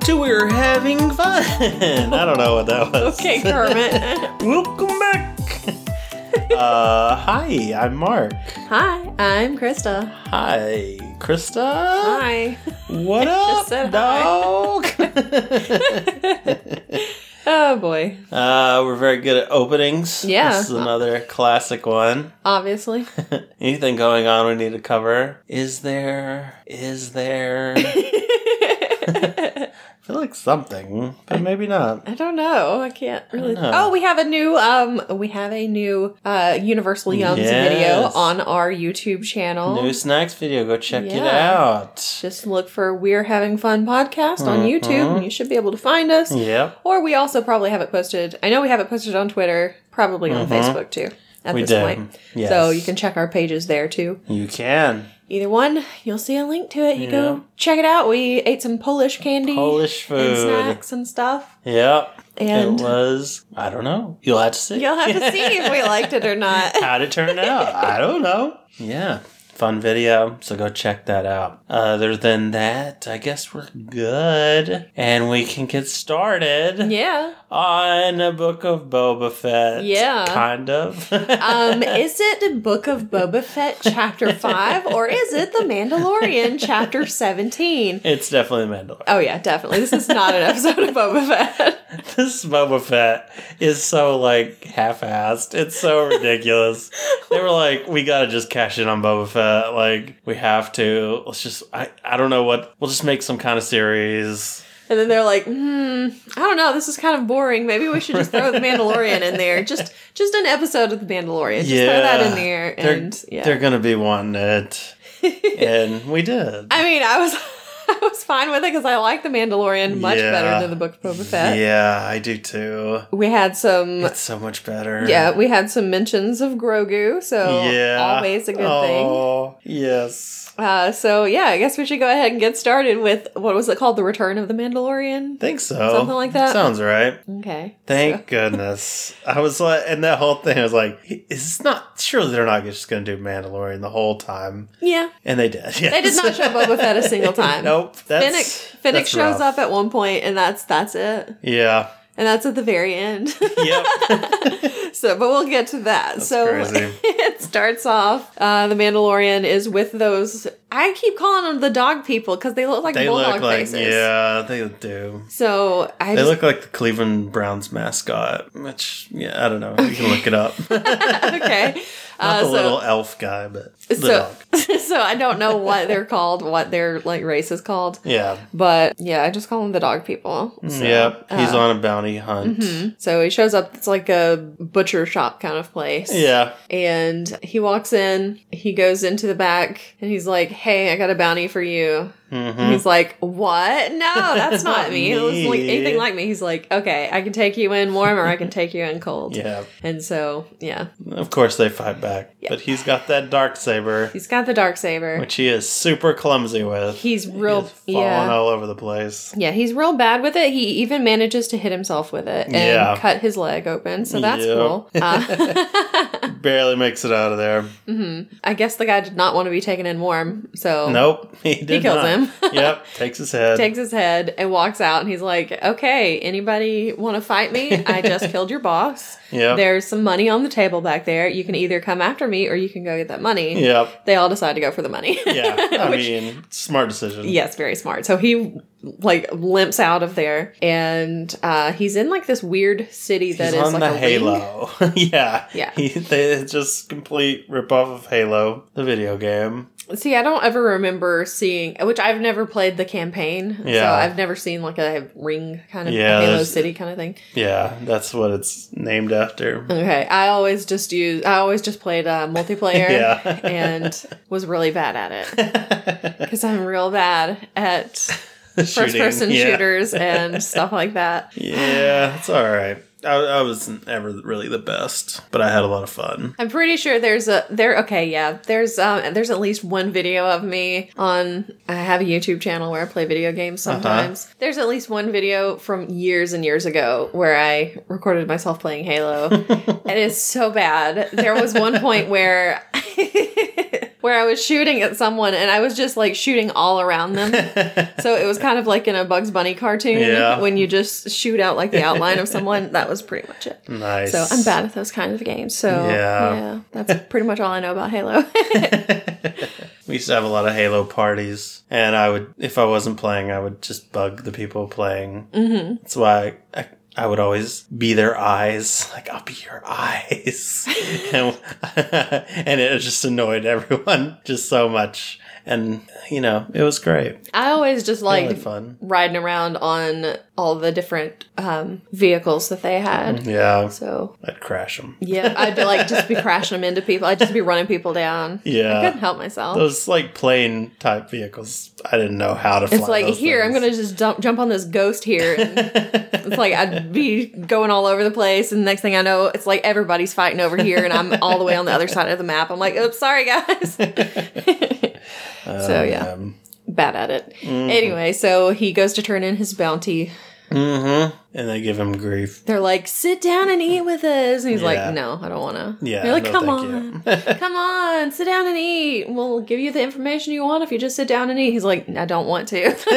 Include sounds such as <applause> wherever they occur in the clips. to We're Having Fun. <laughs> I don't know what that was. Okay, Kermit. <laughs> Welcome back. uh, hi, I'm Mark. <laughs> Hi, I'm Krista. Hi, Krista. Hi. <laughs> What up, just said hi. dog? <laughs> Oh boy. uh, we're very good at openings. Yeah. This is another classic one. <laughs> Obviously. Anything going on we need to cover? Is there? Is <laughs> there? I I feel like something, but maybe not. don't know. I can't really. know. Oh, we have a new um we have a new uh Universal Yums Yes. video on our YouTube channel. New snacks video. Go check it Oh. Yeah. out. Just look for We're Having Fun podcast on Uh-huh. YouTube and you should be able to find us. Yep. Or we also probably have it posted. I know we have it posted on Twitter, probably on Facebook too at Uh-huh. We this do. point. Yes. So you can check our pages there too. You can. Either one, you'll see a link to it. You Yeah. go check it out. We ate some Polish candy, Polish and food. snacks and stuff, Yep. and it was. I don't know. You'll have to see. <laughs> you'll have <laughs> to see if we liked it or not. How'd it turn out? I don't know. Yeah. Fun video. So go check that out. Other than that, I guess we're good. And we can get started Yeah. on a book of Boba Fett. Yeah. Kind of. <laughs> Um, is it Book of Boba Fett chapter five or is it The Mandalorian chapter seventeen? it's definitely Mandalorian. Oh yeah, definitely. This is not an episode of Boba Fett. <laughs> This Boba Fett is so like half-assed. It's so ridiculous. they were like, we gotta just cash in on Boba Fett. Like, we have to. Let's just. I. I don't know what. We'll just make some kind of series. And then they're like, hmm, I don't know, this is kind of boring. Maybe we should just throw the Mandalorian in there. Just just an episode of the Mandalorian. Just throw that in there and they're, yeah. they're gonna be wanting <laughs> it, and we did. I mean, I was <laughs> I was fine with it because I like the Mandalorian much Yeah. better than the Book of Boba Fett. yeah, I do too. We <laughs> had some, It's so much better. yeah, we had some mentions of Grogu, so always a good thing. oh, Yes. Uh, so yeah, I guess we should go ahead and get started with what was it called, the Return of the Mandalorian? Think so. Something like that? Sounds right. Okay. Thank <laughs> goodness. I was like, and that whole thing, I was like, is this not, surely they're not just going to do Mandalorian the whole time. Yeah, And they did. <laughs> they did yes. not show Boba Fett a <laughs> single time. nope. That's, Finnick Finnick that's shows rough. up at one point, and that's that's it, Yeah. and that's at the very end. <laughs> Yep. So, but we'll get to that. so crazy. <laughs> it starts off. Uh, the Mandalorian is with those. I keep calling them the dog people because they look like they <laughs> bulldog look like, faces. yeah, they do. So I They just, look like the Cleveland Browns mascot, which, yeah, I don't know. You can look it <laughs> up. not <laughs> <laughs> okay. Uh, the so little elf guy, but the so dog. <laughs> so I don't know what they're called, what their like race is called, Yeah. but yeah, I just call them the dog people. Hmm. So, yep. He's uh, mm-hmm. on a bounty hunt. So he shows up. It's like a butcher shop kind of place. Yeah. And he walks in, he goes into the back, and he's like, Hey, I got a bounty for you. hmm And he's like, What? No, that's not me. It wasn't like Me. anything like me. He's like, Okay, I can take you in warm or I can take you in cold. Yeah. And so, yeah, Of course they fight back, but he's got that dark saber, he's got the dark saber. which he is super clumsy with. He's He real, is falling yeah. all over the place. Yeah, he's real bad with it. He even manages to hit himself with it and Yeah. cut his leg open. So that's Yeah. <laughs> cool. Uh, Barely makes it out of there. I guess the guy did not want to be taken in warm. So Nope, he did kills not. him. <laughs> yep, takes his head. takes his head and walks out and he's like okay anybody want to fight me <laughs> i just killed your boss Yep. there's some money on the table back there you can either come after me or you can go get that money <laughs> Yep. they all decide to go for the money Yeah, I <laughs> Which- mean, smart decision. yes very smart so he like limps out of there and uh he's in like this weird city that He's is on the like a ring. <laughs> Halo. <laughs> yeah. Yeah. He, they it's just complete ripoff of Halo, the video game. see i don't ever remember seeing which i've never played the campaign so Yeah. i've never seen like a ring kind of Yeah, halo there's- city kind of thing Yeah, that's what it's named after. <laughs> Okay, I always just use. I always just played uh, <laughs> multiplayer Yeah. and was really bad at <laughs> it because I'm real bad at Shooting, first-person yeah. shooters and stuff like that. Yeah, it's all right. I, I wasn't ever really the best, but I had a lot of fun. I'm pretty sure there's a there. Okay, yeah, there's um there's at least one video of me on. I have a YouTube channel where I play video games sometimes. There's at least one video from years and years ago where I recorded myself playing Halo, and it's so bad. There was one point where. <laughs> where I was shooting at someone and I was just like shooting all around them. so it was kind of like in a Bugs Bunny cartoon Yeah. when you just shoot out like the outline of someone. That was pretty much it. nice. So I'm bad at those kind of games. So Yeah. yeah, that's pretty much all I know about Halo. <laughs> We used to have a lot of Halo parties, and I would, if I wasn't playing, I would just bug the people playing. Mm-hmm. That's why I, I, I would always be their eyes. <laughs> Like, I'll be your <laughs> eyes. and, <laughs> and it just annoyed everyone <laughs> just so much. And, you know, it was great. I always just Really liked fun. riding around on all the different um, vehicles that they had. Yeah. So I'd crash them. yeah, I'd be like <laughs> just be crashing them into people. I'd just be running people down. I couldn't Yeah. help myself. Those, like, plane type vehicles, I didn't know how to fly. It's like those here, I'm things. gonna just dump, jump on this ghost here. <laughs> And it's like I'd be going all over the place, and next thing I know, it's like everybody's fighting over here, and I'm all the way on the other side of the map. I'm like, oops, <laughs> sorry guys. <laughs> so yeah, Um, bad at it. Mm-hmm. Anyway, so he goes to turn in his bounty. hmm And they give him grief. They're like, sit down and eat with us, and he's Yeah. like, no, I don't want to. Yeah. They're like, no, come thank on. you. Come on, sit down and eat. We'll give you the information you want if you just sit down and eat. He's like, I don't want to. <laughs>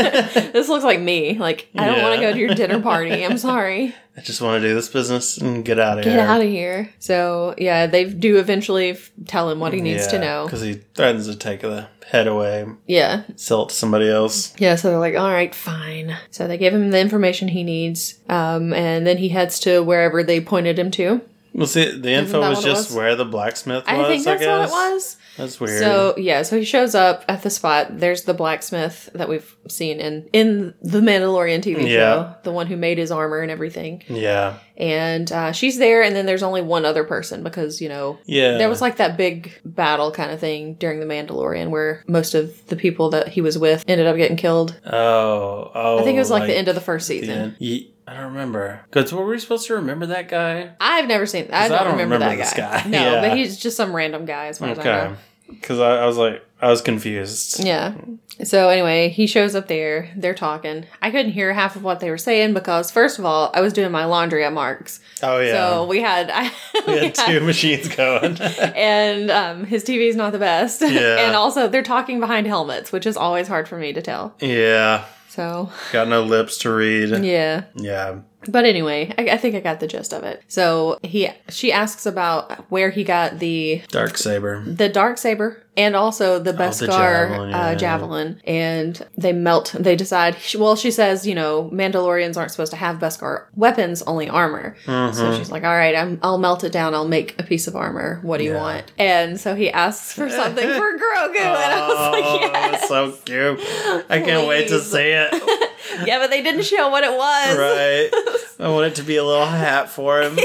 this looks like me. Like, I don't want to Yeah. go to your dinner <laughs> party. I'm sorry. I just want to do this business and get out of Get here. out of here. So, yeah, they do eventually f- tell him what he needs to know. Because he threatens to take the head away, Yeah. sell it to somebody else. Yeah, so they're like, all right, fine. So they give him the information he needs. Um, and then he heads to wherever they pointed him to. Well, see, the info that was what it just was? where the blacksmith was, I, I think that's what guess. it was. That's weird. So yeah, so he shows up at the spot. There's the blacksmith that we've seen in in the Mandalorian TV Yeah. show, the one who made his armor and everything. yeah. And uh, she's there, and then there's only one other person because you know Yeah. there was like that big battle kind of thing during the Mandalorian where most of the people that he was with ended up getting killed. Oh, oh. I think it was like, the end of the first the season. end. Ye- I don't remember. Because were we supposed to remember that guy? I've never seen. I Because don't, remember, that this guy. guy. <laughs> No, Yeah. but he's just some random guy as far as I know. Okay. Because I, I was like, I was confused. Yeah. So anyway, he shows up there. They're talking. I couldn't hear half of what they were saying because, first of all, I was doing my laundry at Mark's. Oh, So yeah. we had, <laughs> I, <laughs> we had two machines going. <laughs> and um, his TV's not the best. <laughs> Yeah. and also, they're talking behind helmets, which is always hard for me to tell. yeah. So Got no lips to read. yeah. Yeah. But anyway, I, I think I got the gist of it. So he, she asks about where he got the Dark saber. the dark saber and also the Beskar Oh, javelin, javelin, yeah. uh, javelin, and they melt. They decide. Well, she says, you know, Mandalorians aren't supposed to have Beskar weapons, only armor. Mm-hmm. So she's like, all right, I'm, I'll melt it down. I'll make a piece of armor. What do you Yeah. want? And so he <laughs> asks for something for Grogu, and I was like, Oh, yes. it's so cute. I can't wait to Please. see it. <laughs> yeah, but they didn't show what it was. <laughs> Right. <laughs> I want it to be a little hat for him.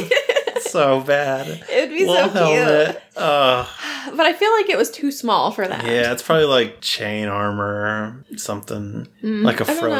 so bad. It would be little so helmet. Oh, cute, but I feel like it was too small for that. yeah, it's probably like chain armor, something like a Mm, I don't Frodo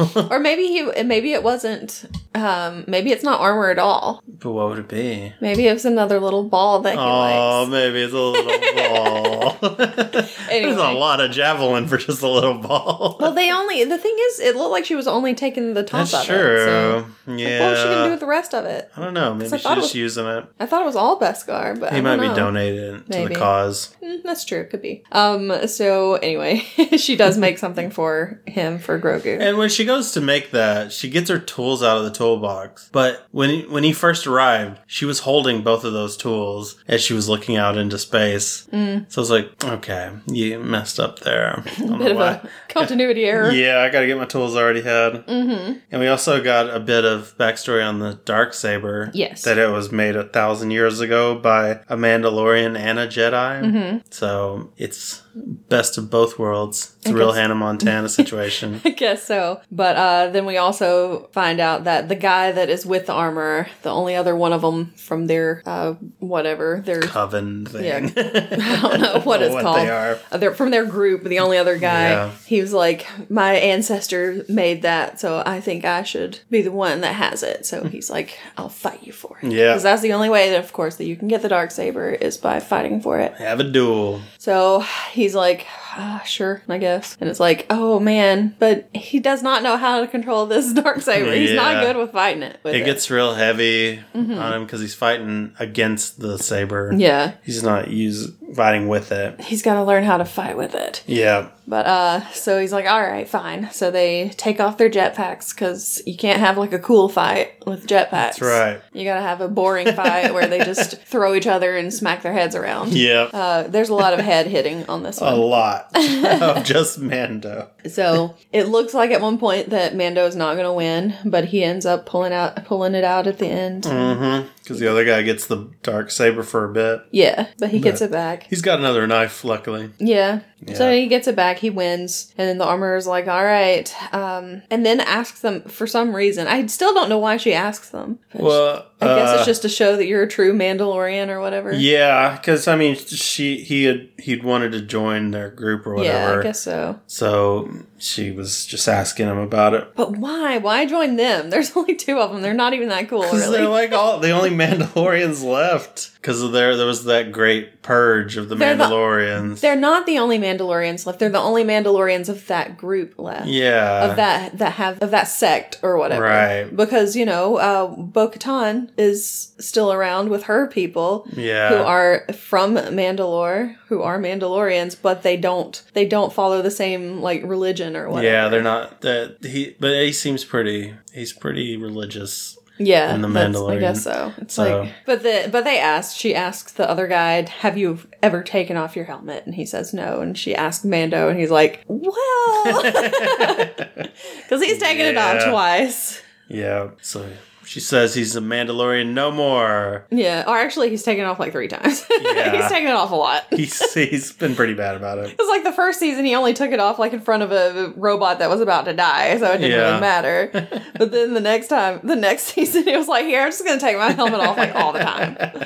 know. style. <laughs> Or maybe he, maybe it wasn't. Um, maybe it's not armor at all. but what would it be? Maybe it was another little ball that he likes. Oh, maybe it's a little <laughs> ball. <laughs> There's a Anyway. lot of javelin for just a little Well, ball. they only. The thing is, it looked like she was only taking the top That's of true. it. So. Yeah. What was she gonna do with the rest of it? I don't know. Maybe I she's thought it just was- using it. I thought it was all Beskar, but He I might don't be know. donated to Maybe. the cause. Mm, that's true. It could be. Um. So anyway, <laughs> she does <laughs> make something for him for Grogu. And when she goes to make that, she gets her tools out of the toolbox. But when he, when he first arrived, she was holding both of those tools as she was looking out into space. Mm. So I was like, okay, you messed up there. I don't know <laughs> <laughs> Bit of why. a continuity error. yeah, I gotta get my tools I already had. Mm-hmm. And we also got a bit of backstory on the dark saber. Yes. that it was made a thousand years ago by a Mandalorian and a Jedi. Mm-hmm. So it's best of both worlds. It's a real guess- Hannah <laughs> Montana situation. I guess so. But uh, then we also find out that the guy that is with the armor, the only other one of them from their uh, whatever their coven thing. <laughs> I don't know <laughs> what it's What called. they are. Uh, they're from their group. The only other guy, Yeah. he was like, "My ancestor made that, so I think I should be the one that has it." So he's like, "I'll fight you for it." Hmm. Yeah. because that's the only way that, of course, that you can get the dark saber is by fighting for it. Have a duel. So he's like, ah, sure, I guess. And it's like, oh man, but he does not know how to control this <laughs> dark saber. He's not Yeah. good with fighting it. With It gets real heavy on him because he's fighting against the saber. Mm-hmm. yeah. He's not use fighting with it. He's got to learn how to fight with it. Yeah. But uh, so he's like, all right, fine. So they take off their jetpacks because you can't have like a cool fight with jetpacks. That's right. You gotta have a boring fight where they <laughs> just throw each other and smack their heads around. Yeah. Uh, there's a lot of head hitting on this one. a <laughs> lot of just Mando. So it looks like at one point that Mando is not going to win, but he ends up pulling out pulling it out at the end. Mm-hmm. Because the other guy gets the dark saber for a bit. Yeah, but he gets it back. He's got another knife, luckily. Yeah. So Yeah. he gets it back, he wins, and then the armor is like, "All right." Um and then asks them for some reason. I still don't know why she asks them. But Well, I guess uh, it's just to show that you're a true Mandalorian or whatever. yeah. Because I mean, she he had he'd wanted to join their group or whatever. Yeah, I guess so. So she was just asking him about it. But why? Why join them? <laughs> There's only two of them. They're not even that cool, 'Cause They're really. like all the only <laughs> Mandalorians left because of there there was that great purge of the They're the- Mandalorians. They're not the only Mandalorians left. They're the only Mandalorians of that group left. yeah, of that that have of that sect or whatever. Right. Because you know, uh, Bo Katan is still around with her people yeah, who are from Mandalore, who are Mandalorians, but they don't they don't follow the same like religion or whatever. yeah. They're not that he, but he seems pretty. He's pretty religious. Yeah, And the that's- I Mandalorian. guess so. It's So- like, but the but they asked. She asked the other guy, "Have you ever taken off your helmet?" And he says no. And she asked Mando, and he's like, <laughs> "Well," <laughs> because he's taken it off Yeah. twice. Yeah. So she says he's a Mandalorian no more. Yeah, or actually, he's taken off like three times. <laughs> Yeah. he's taken it off a lot. He's <laughs> he's been pretty bad about it. It's like the first season, he only took it off like in front of a robot that was about to die, so it didn't Yeah. <laughs> really matter. but then the next time, the next <laughs> season, he was like, "Here, I'm just gonna take my helmet off like all the <laughs> time."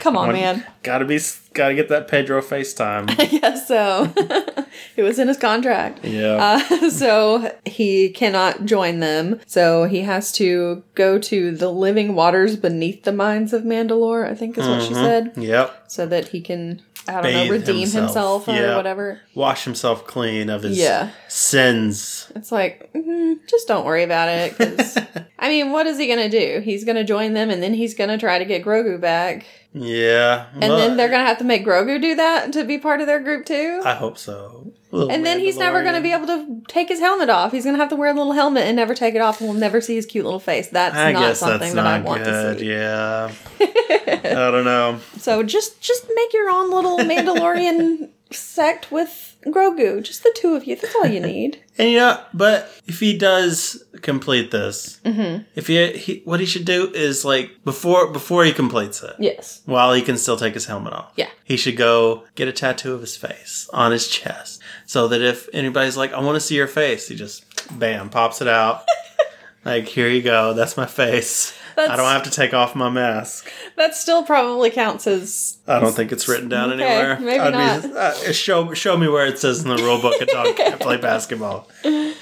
Come on, man. Uh, Gotta be gotta get that Pedro <laughs> FaceTime. I guess so. it was in his contract. Yeah. Uh, <laughs> so he cannot join them. So he has to go to the living waters beneath the mines of Mandalore. I think is what she Mhm. said. Yep. so that he can I don't Bathe know redeem himself. himself, or Yeah. whatever. Wash himself clean of his Yeah. sins. It's like mm, just don't worry about <laughs> it. 'cause- I mean, what is he gonna do? He's gonna join them, and then he's gonna try to get Grogu back, Yeah. and then they're gonna have to make Grogu do that to be part of their group too. I hope so. and then he's never going to be able to take his helmet off. He's going to have to wear a little helmet and never take it off, and we'll never see his cute little face. That's I not guess something that's that I not want good. to see. <laughs> Yeah. I don't know. So just just make your own <laughs> little Mandalorian sect with Grogu, just the two of you. That's all you need. And yeah, but if he does complete this, Mm-hmm. if he, he what he should do is like before before he completes it, Yes. while he can still take his helmet off. Yeah. He should go get a tattoo of his face on his chest so that if anybody's like, I want to see your face, he just bam, pops it <laughs> out. like, here you go. That's my face. I That's- don't have to take off my mask. That still probably counts as I don't think it's written down Okay, anywhere. maybe Be, uh, show, show me where it says in the rule book a dog can't <laughs> play basketball.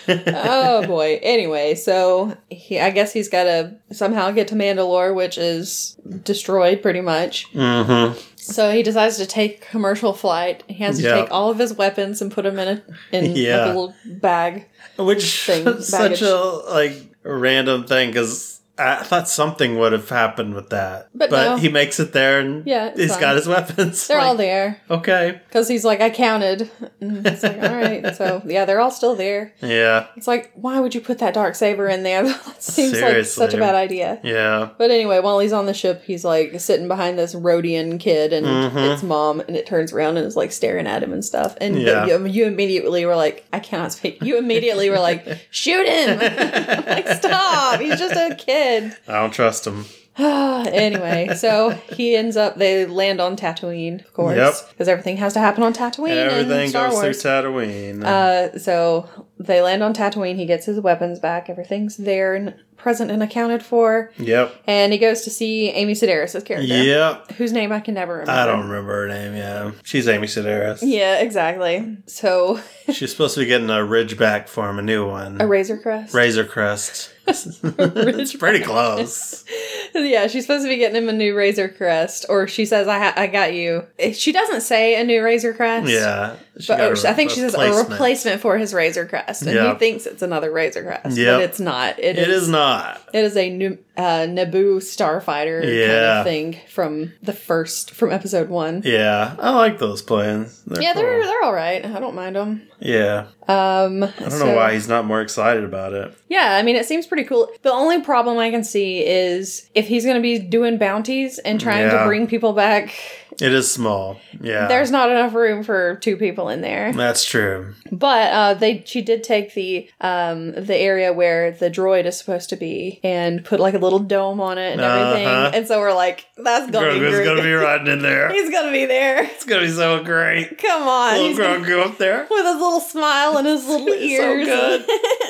oh boy. Anyway, so he I guess he's got to somehow get to Mandalore, which is destroyed pretty much. Mm hmm. So he decides to take commercial flight. He has to Yeah. take all of his weapons and put them in a in Yeah. like a little bag. <laughs> Which Thing, is such baggage. a like random thing because I thought something would have happened with that, But no. he makes it there and Yeah, yeah, it's he's fine. got his <laughs> weapons. They're all Like, there Okay, because he's like, I counted. And it's like, all right. So yeah, they're all still there. yeah, It's like, why would you put that dark saber in there? <laughs> that seems like such a Seriously. bad idea. yeah, But anyway, while he's on the ship, he's like sitting behind this Rhodian kid and Mhm. its mom, and it turns around and is like staring at him and stuff. And but Yeah. you, you immediately were like, I cannot speak. You immediately were like, shoot him! <laughs> like, stop! He's just a kid. <sighs> I don't trust him. anyway, so he ends up, they land on Tatooine, of course. Yep. Because everything has to happen on Tatooine. in Everything Star goes Wars. through Tatooine. Uh, so they land on Tatooine. He gets his weapons back. Everything's there and present and accounted for. Yep. And he goes to see Amy Sedaris' character, Yep. whose name I can never remember. I don't remember her name. Yeah, she's Amy Sedaris. Yeah, exactly. So <laughs> She's supposed to be getting a Ridgeback form, a new one. a razor crest. Razor Crest. <laughs> it's pretty close. <laughs> yeah, she's supposed to be getting him a new razor crest, or she says, "I ha- I got you." Eh, She doesn't say a new razor crest. Yeah. She But got or- a I think she says a replacement. replacement for his razor crest, and Yeah. he thinks it's another razor crest, Yep. but it's not. It is not. It is a new, uh, Naboo starfighter kind Yeah. of thing from the first from episode one. Yeah, I like those plans. They're yeah, they're cool. they're all right. I don't mind them. yeah. Um, I don't know why he's not more excited about it. Yeah, I mean, it seems pretty cool. The only problem I can see is if he's going to be doing bounties and trying to Yeah. bring people back, It is small. Yeah, there's not enough room for two people in there. that's true. But uh, they she did take the um, the area where the droid is supposed to be and put like a little dome on it and everything. Uh-huh. And so we're like, that's gonna be Grogu's Grogu. gonna be riding in <laughs> there. He's gonna be there. It's gonna be so great. Come on, Little <laughs> he's gonna- Grogu up <laughs> there. with his little smile and his <laughs> little It's so ears. <laughs> good.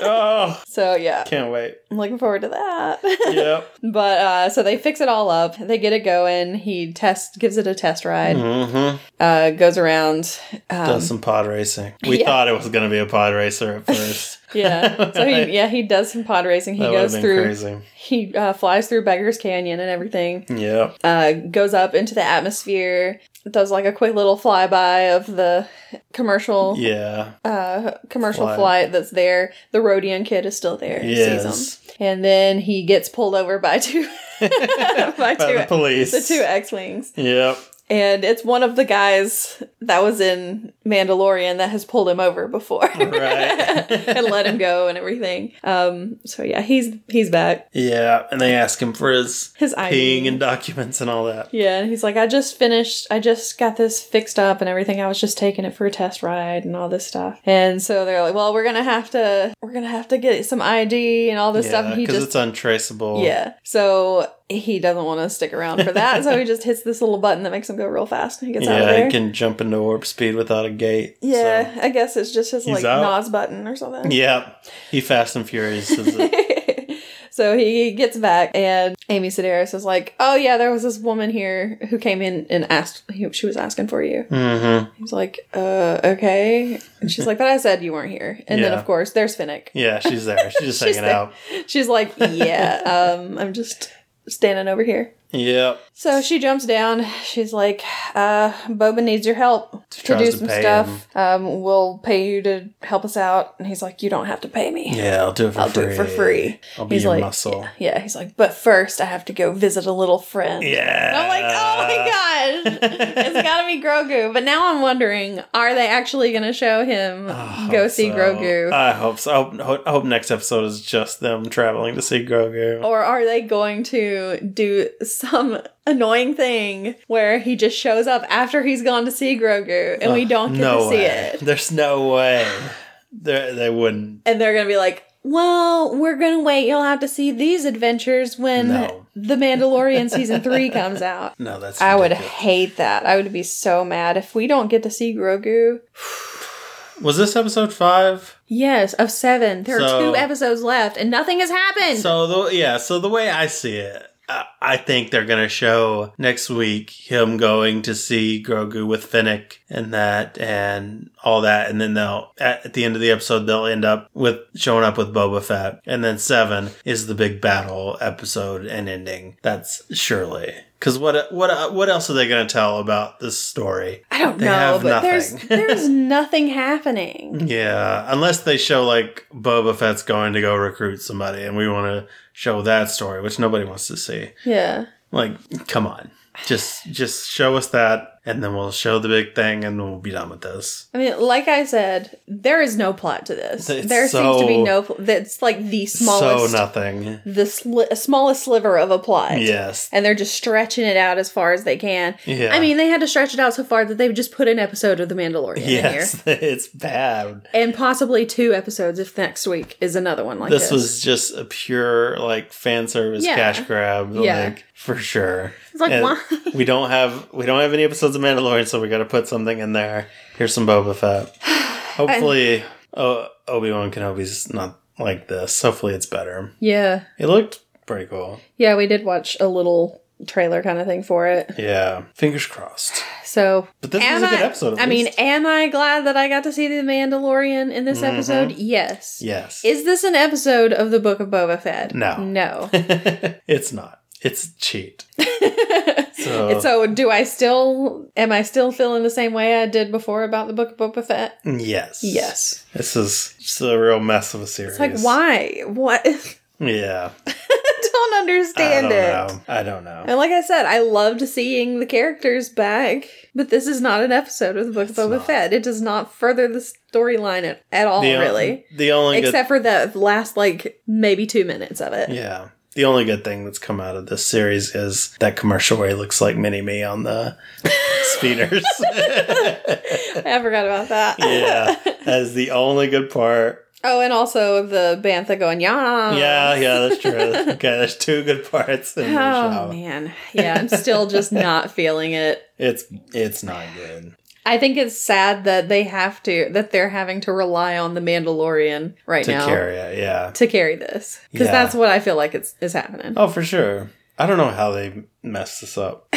Oh, so yeah, can't wait. I'm looking forward to that. <laughs> Yep. But uh, so they fix it all up. They get it going. He test gives it a test ride. Mm-hmm. Uh, goes around. Um, Does some pod racing. We yeah. thought it was gonna be a pod racer <laughs> at first. yeah. <laughs> <laughs> So he, yeah, he does some pod racing. He that would have goes been through. crazy. He uh, flies through Beggar's Canyon and everything. Yep. <laughs> Uh, goes up into the atmosphere. Does like a quick little flyby of the commercial <laughs> Yeah. uh, commercial Flight. flight that's there. The Rodian kid is still there. He sees Yes. him, and then he gets pulled over by two <laughs> By two- e- the police. the two e- X wings. Yep. And it's one of the guys that was in Mandalorian that has pulled him over before. Right. <laughs> <laughs> and let him go and everything. Um so yeah, he's he's back. Yeah, and they ask him for his His ID. peeing and documents and all that. yeah, and he's like, I just finished, I just got this fixed up and everything. I was just taking it for a test ride and all this stuff. And so they're like, well, we're gonna have to, we're gonna have to get some ID and all this stuff. Yeah, And he because just it's untraceable. Yeah. So he doesn't want to stick around for <laughs> that. so he just hits this little button that makes him go real fast and he gets out of yeah, there. he can jump into warp speed without a gate. yeah. I guess it's just his He's like out. Nas button or So. something. Yeah, he fast and furious. Is it? <laughs> so he gets back and Amy Sedaris is like, Oh yeah, there was this woman here who came in and asked she was asking for you. mm-hmm. He's like, uh, okay. And she's like, But I said you weren't here. And then Yeah. of course there's Finnick. Yeah, she's there. She's just <laughs> She's hanging there. out. She's like, <laughs> Yeah, um, I'm just standing over here. Yep. So she jumps down. She's like, uh, Boba needs your help to Tries do to some pay stuff. Um, we'll pay you to help us out. And he's like, You don't have to pay me. Yeah, I'll do it for I'll free. do it for free. I'll be He's your like- muscle. Yeah, he's like, But first, I have to go visit a little friend. Yeah. Uh. And I'm like, Oh my gosh. it's gotta be Grogu. But now I'm wondering, are they actually gonna show him <sighs> I go hope see so. Uh, Grogu? I hope so. I hope- I hope, I hope next episode is just them traveling to see Grogu. or are they going to do some annoying thing where he just shows up after he's gone to see Grogu and we Ugh, don't get no to see way. it? There's no way. They they wouldn't. and they're gonna be like, "Well, we're gonna wait. You'll have to see these adventures when No. the Mandalorian season three comes out." No, that's. I would ridiculous. hate that. I would be so mad if we don't get to see Grogu. Was this episode five? Yes, of seven. There are So- two episodes left, and nothing has happened. So the yeah, so the way I see it, I, I think they're gonna show next week him going to see Grogu with Finnick and that and all that, and then they'll at, at the end of the episode they'll end up with showing up with Boba Fett, and then seven is the big battle episode and ending. That's surely because what what what else are they gonna tell about this story? I don't They know, have but nothing. there's <laughs> there's nothing happening. Yeah, unless they show like Boba Fett's going to go recruit somebody, and we want to show that story, which nobody wants to see. Yeah. Like, come on. Just just show us that and then we'll show the big thing and we'll be done with this. I mean, like I said, there is no plot to this. It's there seems to be so- no. Pl- that's like the smallest, So nothing. the sli- smallest sliver of a plot. Yes. and they're just stretching it out as far as they can. Yeah. I mean, they had to stretch it out so far that they've just put an episode of The Mandalorian in here. <laughs> Yes, <laughs> it's bad. And possibly two episodes if next week is another one like this. This was just a pure like fan service Yeah. cash grab, Yeah. like for sure. It's like, And why? <laughs> we don't have we don't have any episodes of Mandalorian, so we got to put something in <sighs> there. Here's some Boba Fett. Hopefully, oh, Obi Wan Kenobi's not like this. Hopefully, it's better. Yeah. It looked pretty cool. Yeah, we did watch a little trailer kind of thing for it. Yeah, fingers crossed. So, But this was a good I, episode. at I mean, least. Mm-hmm. am I glad that I got to see The Mandalorian in this episode? Yes. yes, Is this an episode of The Book of Boba Fett? No. No. <laughs> <laughs> it's not. It's cheat. <laughs> <laughs> So, so, do I still, am I still feeling the same way I did before about The Book of Boba Fett? yes, Yes. This is just a real mess of a series. It's like, why? What? <laughs> I Yeah, don't understand I don't it. know. I don't know. And like I said, I loved seeing the characters back, but this is not an episode of the Book It's of Boba not. Fett. It does not further the storyline at, at all, The um, on- really. the only good Except for the last, like, maybe two minutes of it. Yeah. The only good thing that's come out of this series is that commercial where he looks like Mini Me on the <laughs> speeders. <laughs> I forgot about that. yeah. That's the only good part. Oh, and also the Bantha going, yeah. Yeah, yeah, that's true. Okay, there's two good parts in the Oh, show. man. Yeah, I'm still <laughs> just not feeling it. It's it's not good. I think it's sad that they have to, that they're having to rely on the Mandalorian right To now carry it, yeah. to carry this. Because Yeah. that's what I feel like it's, is happening. Oh, for sure. I don't know how they messed this up.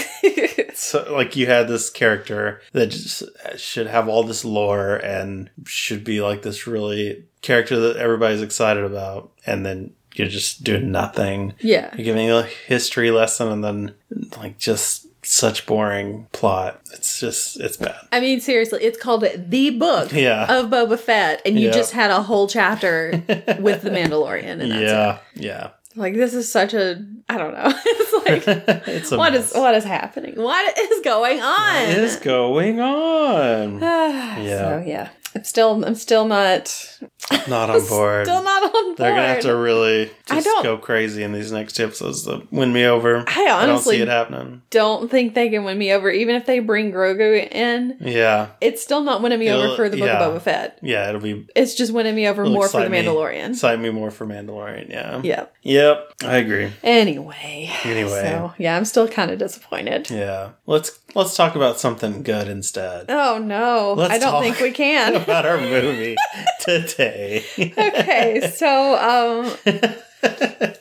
So, like, you had this character that just uh, should have all this lore and should be like this really character that everybody's excited about, and then you just do nothing. <laughs> yeah. You're giving a history lesson and then, like, just such boring plot. It's just, it's bad. <laughs> I mean, seriously, it's called the book Yeah. of Boba Fett, and you Yeah. just had a whole chapter <laughs> with the Mandalorian, and that's yeah, yeah. <laughs> it. Like this is such a I don't know. <laughs> it's like it's a what mess. is what is happening? What is going on? What <sighs> is going <laughs> on? yeah. So yeah, I'm still I'm still not Not on board. still not on board. They're gonna have to really I just don't- go crazy in these next episodes to win me over. I don't see honestly- it happening. Don't think they can win me over. Even if they bring Grogu in, Yeah, it's still not winning me over It'll- for the book yeah. of Boba Fett. yeah, it'll be It's just winning me over it'll more for the excite me- Mandalorian. Excite me more for Mandalorian. Yeah. Yeah. Yep. I agree. Anyway. Anyway. So yeah, I'm still kind of disappointed. Yeah. Let's let's talk about something good <laughs> instead. Oh no, Let's I don't talk think we can. about our movie today. okay, so um, <laughs>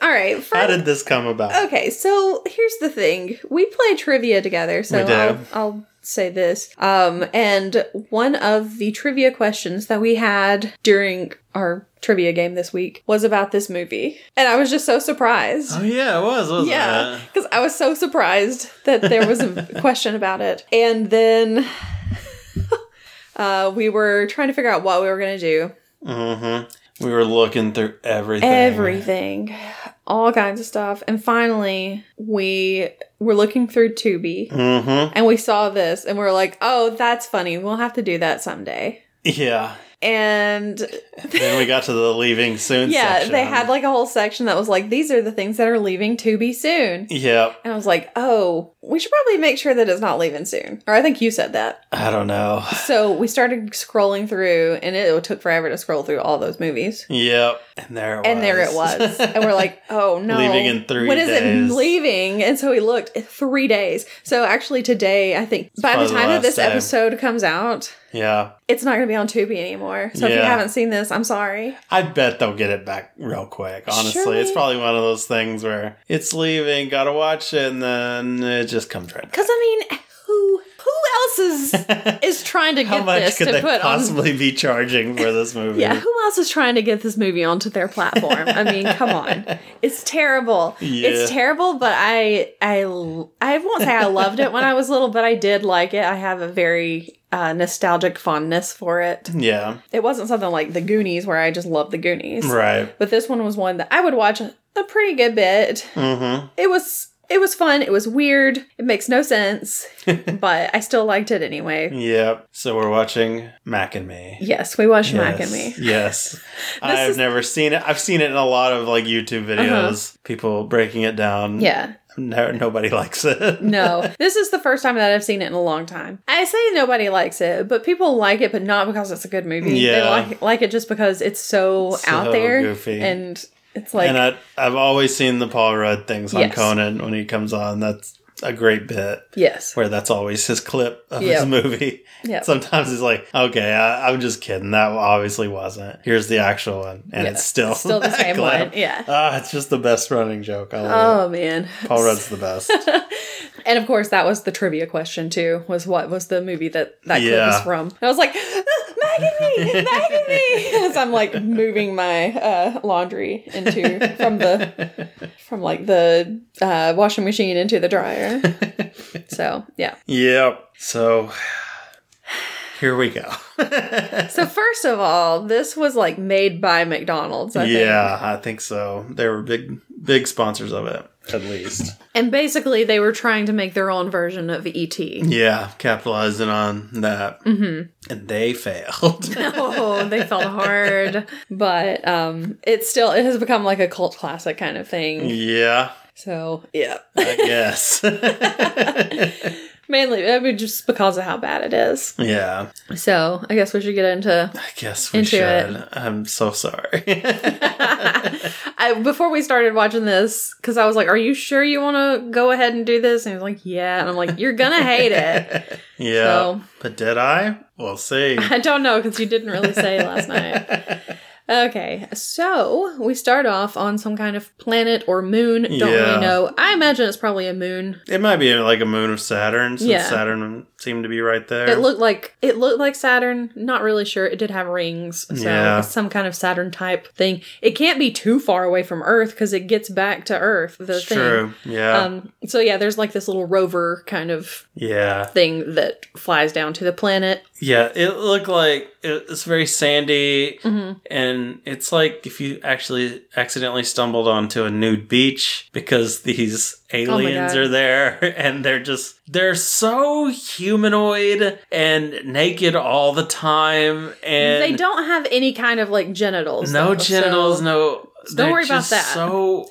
all right. How First, did this come about? okay, so here's the thing: we play trivia together, so We do. I'll, I'll say this. Um, and one of the trivia questions that we had during our trivia game this week was about this movie, and I was just so surprised. Oh yeah, it was. Wasn't Yeah, It? because I was so surprised that there <laughs> was a question about it. And then <laughs> uh, we were trying to figure out what we were going to do. Mm-hmm. We were looking through everything. Everything, all kinds of stuff. And finally, we were looking through Tubi Mm-hmm. and we saw this and we are like, oh, that's funny. We'll have to do that someday. <laughs> Yeah. And then we got to the leaving soon. yeah, section. they had like a whole section that was like, these are the things that are leaving Tubi soon. Yep. And I was like, oh, we should probably make sure that it's not leaving soon. Or I think you said that. I don't know. So we started scrolling through, and it took forever to scroll through all those movies. Yep. And there it was. And there <laughs> it was. and we're like, oh no. Leaving in three When is days. it leaving? And so we looked, three days. So actually, today, I think by the probably the time that last this day. episode comes out, yeah. it's not going to be on Tubi anymore. So if you Yeah. haven't seen this, I'm sorry. I bet they'll get it back real quick. Honestly, Surely. it's probably one of those things where it's leaving, gotta watch it, and then it just comes right. Because I mean, who who <laughs> else is back. is trying to How get much this could to they put on possibly be charging for <laughs> this movie? Yeah, who else is trying to get this movie onto their platform? I mean, come on, <laughs> it's terrible. Yeah. It's terrible, but I, I, l- I won't say I loved it when I was little, but I did like it. I have a very uh, nostalgic fondness for it. Yeah. It wasn't something like The Goonies where I just loved The Goonies, Right. but this one was one that I would watch a a pretty good bit. Mm-hmm. It was. It was fun. It was weird. It makes <laughs> no sense, but I still liked it anyway. Yep. So we're watching Mac and Me. Yes, we watched yes. Mac and Me. <laughs> Yes. I've is- Uh-huh. never seen it. I've seen it in a lot of like YouTube videos, people breaking it down. Yeah, No, nobody <laughs> likes it. No, this is the first time that I've seen it in a long time. I say nobody likes it, but people like it, but not because it's a good movie. They Yeah. like, like it just because it's so, So out there goofy. and it's like and I, I've always seen the Paul Rudd things on Yes. Conan when he comes on. That's a great bit Yes. where that's always his clip of Yeah. his movie. <laughs> Yeah. Sometimes it's like, okay, I, I'm just kidding. That obviously wasn't. Here's the actual one, and Yeah. it's still Still <laughs> the that same clip. one. Yeah. Ah, it's just the best running joke. I love Oh man. it. Paul Rudd's the <laughs> best. and of course, that was the trivia question too. Was what was the movie that that clip Yeah. was from? And I was like, "Ah, Maggie me, Maggie me, <laughs> as I'm like moving my uh, laundry into from the from like the uh, washing machine into <laughs> the dryer. So yeah. Yep. So here we go. So first of all, this was like made by McDonald's. I think. yeah, I think so. They were big, big sponsors of it, at least. And basically, they were trying to make their own version of E <laughs> ET. Yeah, capitalizing on that. Mm-hmm. And they failed. <laughs> <laughs> oh, they felt hard, but um, it's still it has become like a cult classic kind of thing. yeah, So yeah, I guess. <laughs> mainly I mean just because of how bad it is. yeah, So I guess we should get into. I guess we Into should. it. I'm so sorry. <laughs> I, before we started watching this, because I was like, "Are you sure you want to go ahead and do this?" And he was like, "Yeah," and I'm like, "You're gonna hate it." yeah. So- But did I? We'll see. <laughs> I don't know because you didn't really say last night. Okay, so we start off on some kind of planet or moon. Don't Yeah. really know. I imagine it's probably a moon. It might be like a moon of Saturn, since Yeah. Saturn seemed to be right there. It looked like it looked like Saturn. Not really sure. It did have rings, so Yeah. it's some kind of Saturn type thing. It can't be too far away from Earth because it gets back to Earth. The it's thing. true. Yeah. Um, so yeah, there's like this little rover kind of yeah. thing that flies down to the planet. Yeah, it looked like it- it's very sandy, Mm-hmm. and it's like if you actually accidentally stumbled onto a nude beach because these Oh my aliens God. are there <laughs> and they're just they're so humanoid and naked all the time, and they don't have any kind of like genitals. no though, genitals, so- no. Don't they're worry about just that. So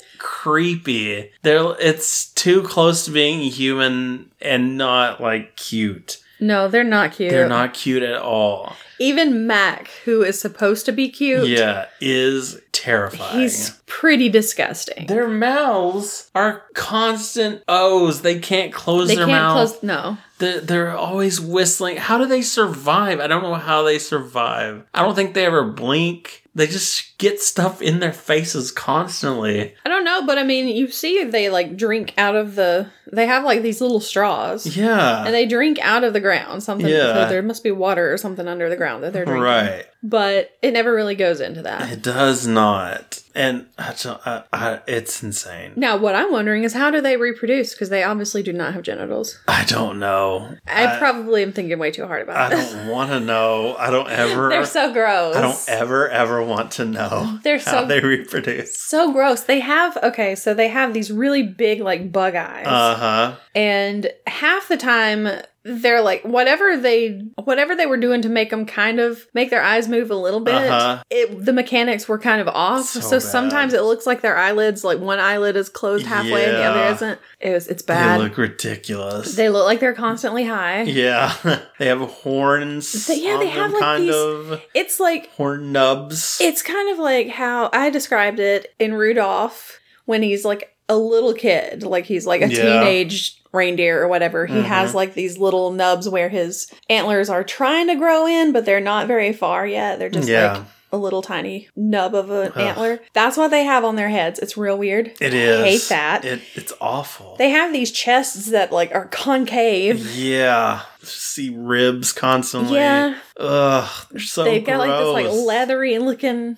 creepy. They're it's too close to being human and not like cute. No, they're not cute. They're not cute at all. Even Mac, who is supposed to be cute, Yeah, is terrifying. he's pretty disgusting. their mouths are constant O's. They can't close they their can't mouth. close. No, They're, they're always whistling. How do they survive? I don't know how they survive. I don't think they ever blink. They just get stuff in their faces constantly. I don't know, but I mean, you see, they like drink out of the. They have like these little straws, and Yeah. they drink out of the ground. Something. Yeah. so there must be water or something under the ground that they're drinking. Right. But it never really goes into that. It does not. And I don't, I, I, it's insane. Now, what I'm wondering is how do they reproduce? Because they obviously do not have genitals. I don't know. I, probably am thinking way too hard about I this. don't want to know. I <laughs> don't ever. They're so gross. I don't ever ever want to know <laughs> They're how so- they reproduce. so gross. They have okay, so they have these really big like bug eyes. Uh huh. and half the time they're like whatever they whatever they were doing to make them kind of make their eyes move a little bit Uh-huh. it the mechanics were kind of off So so, bad. sometimes it looks like their eyelids like one eyelid is closed halfway and the Yeah. other isn't it was, it's They bad look ridiculous. they look like they're constantly high yeah, <laughs> they have horns. They- yeah, on they them, have, like, kind these- of it's like horn nubs. it's kind of like how i described it in rudolph when he's like a little kid like he's like a Yeah. teenage reindeer or whatever he Mhm. has like these little nubs where his antlers are trying to grow in but they're not very far yet they're just Yeah. like a little tiny nub of an Ugh. antler that's what they have on their heads it's real weird it is. I hate that It, it's awful. they have these chests that like are concave yeah, see ribs constantly. yeah Ugh, they're so they've got like this gross. Uh, like leathery looking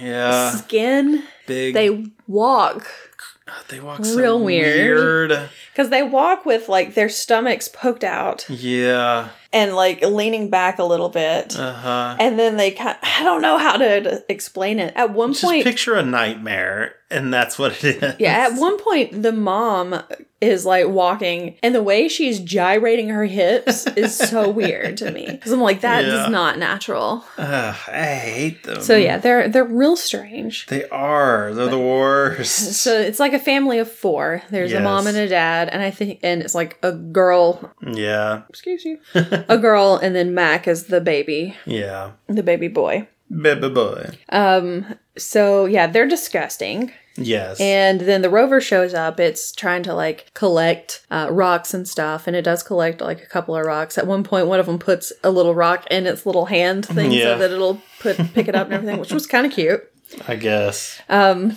Yeah, skin big. They they walk they walk so real weird. weird. Because they walk with like their stomachs poked out Yeah. and like leaning back a little bit. Uh huh. and then they kind I don't know how to, to explain it. At one Just point, picture a nightmare, and that's what it is. yeah, at one point, the mom is like walking and the way she's gyrating her hips is <laughs> so weird to me. Because I'm like, that is Yeah. not natural. Ugh, I hate them. So yeah, they're they're real strange. They are. They're the worst. <laughs> So it's like a family of four. There's a mom Yes. and a dad, and I think, and it's like a girl. yeah. <laughs> Excuse you, a girl, and then Mac is the baby, Yeah. the baby boy. Baby boy. Um, so yeah, they're disgusting. Yes. And then the rover shows up. It's trying to like collect uh, rocks and stuff, and it does collect like a couple of rocks. At one point, one of them puts a little rock in its little hand thing Yeah. so that it'll put pick it up and everything, which was kind of cute. I guess. <laughs> Um,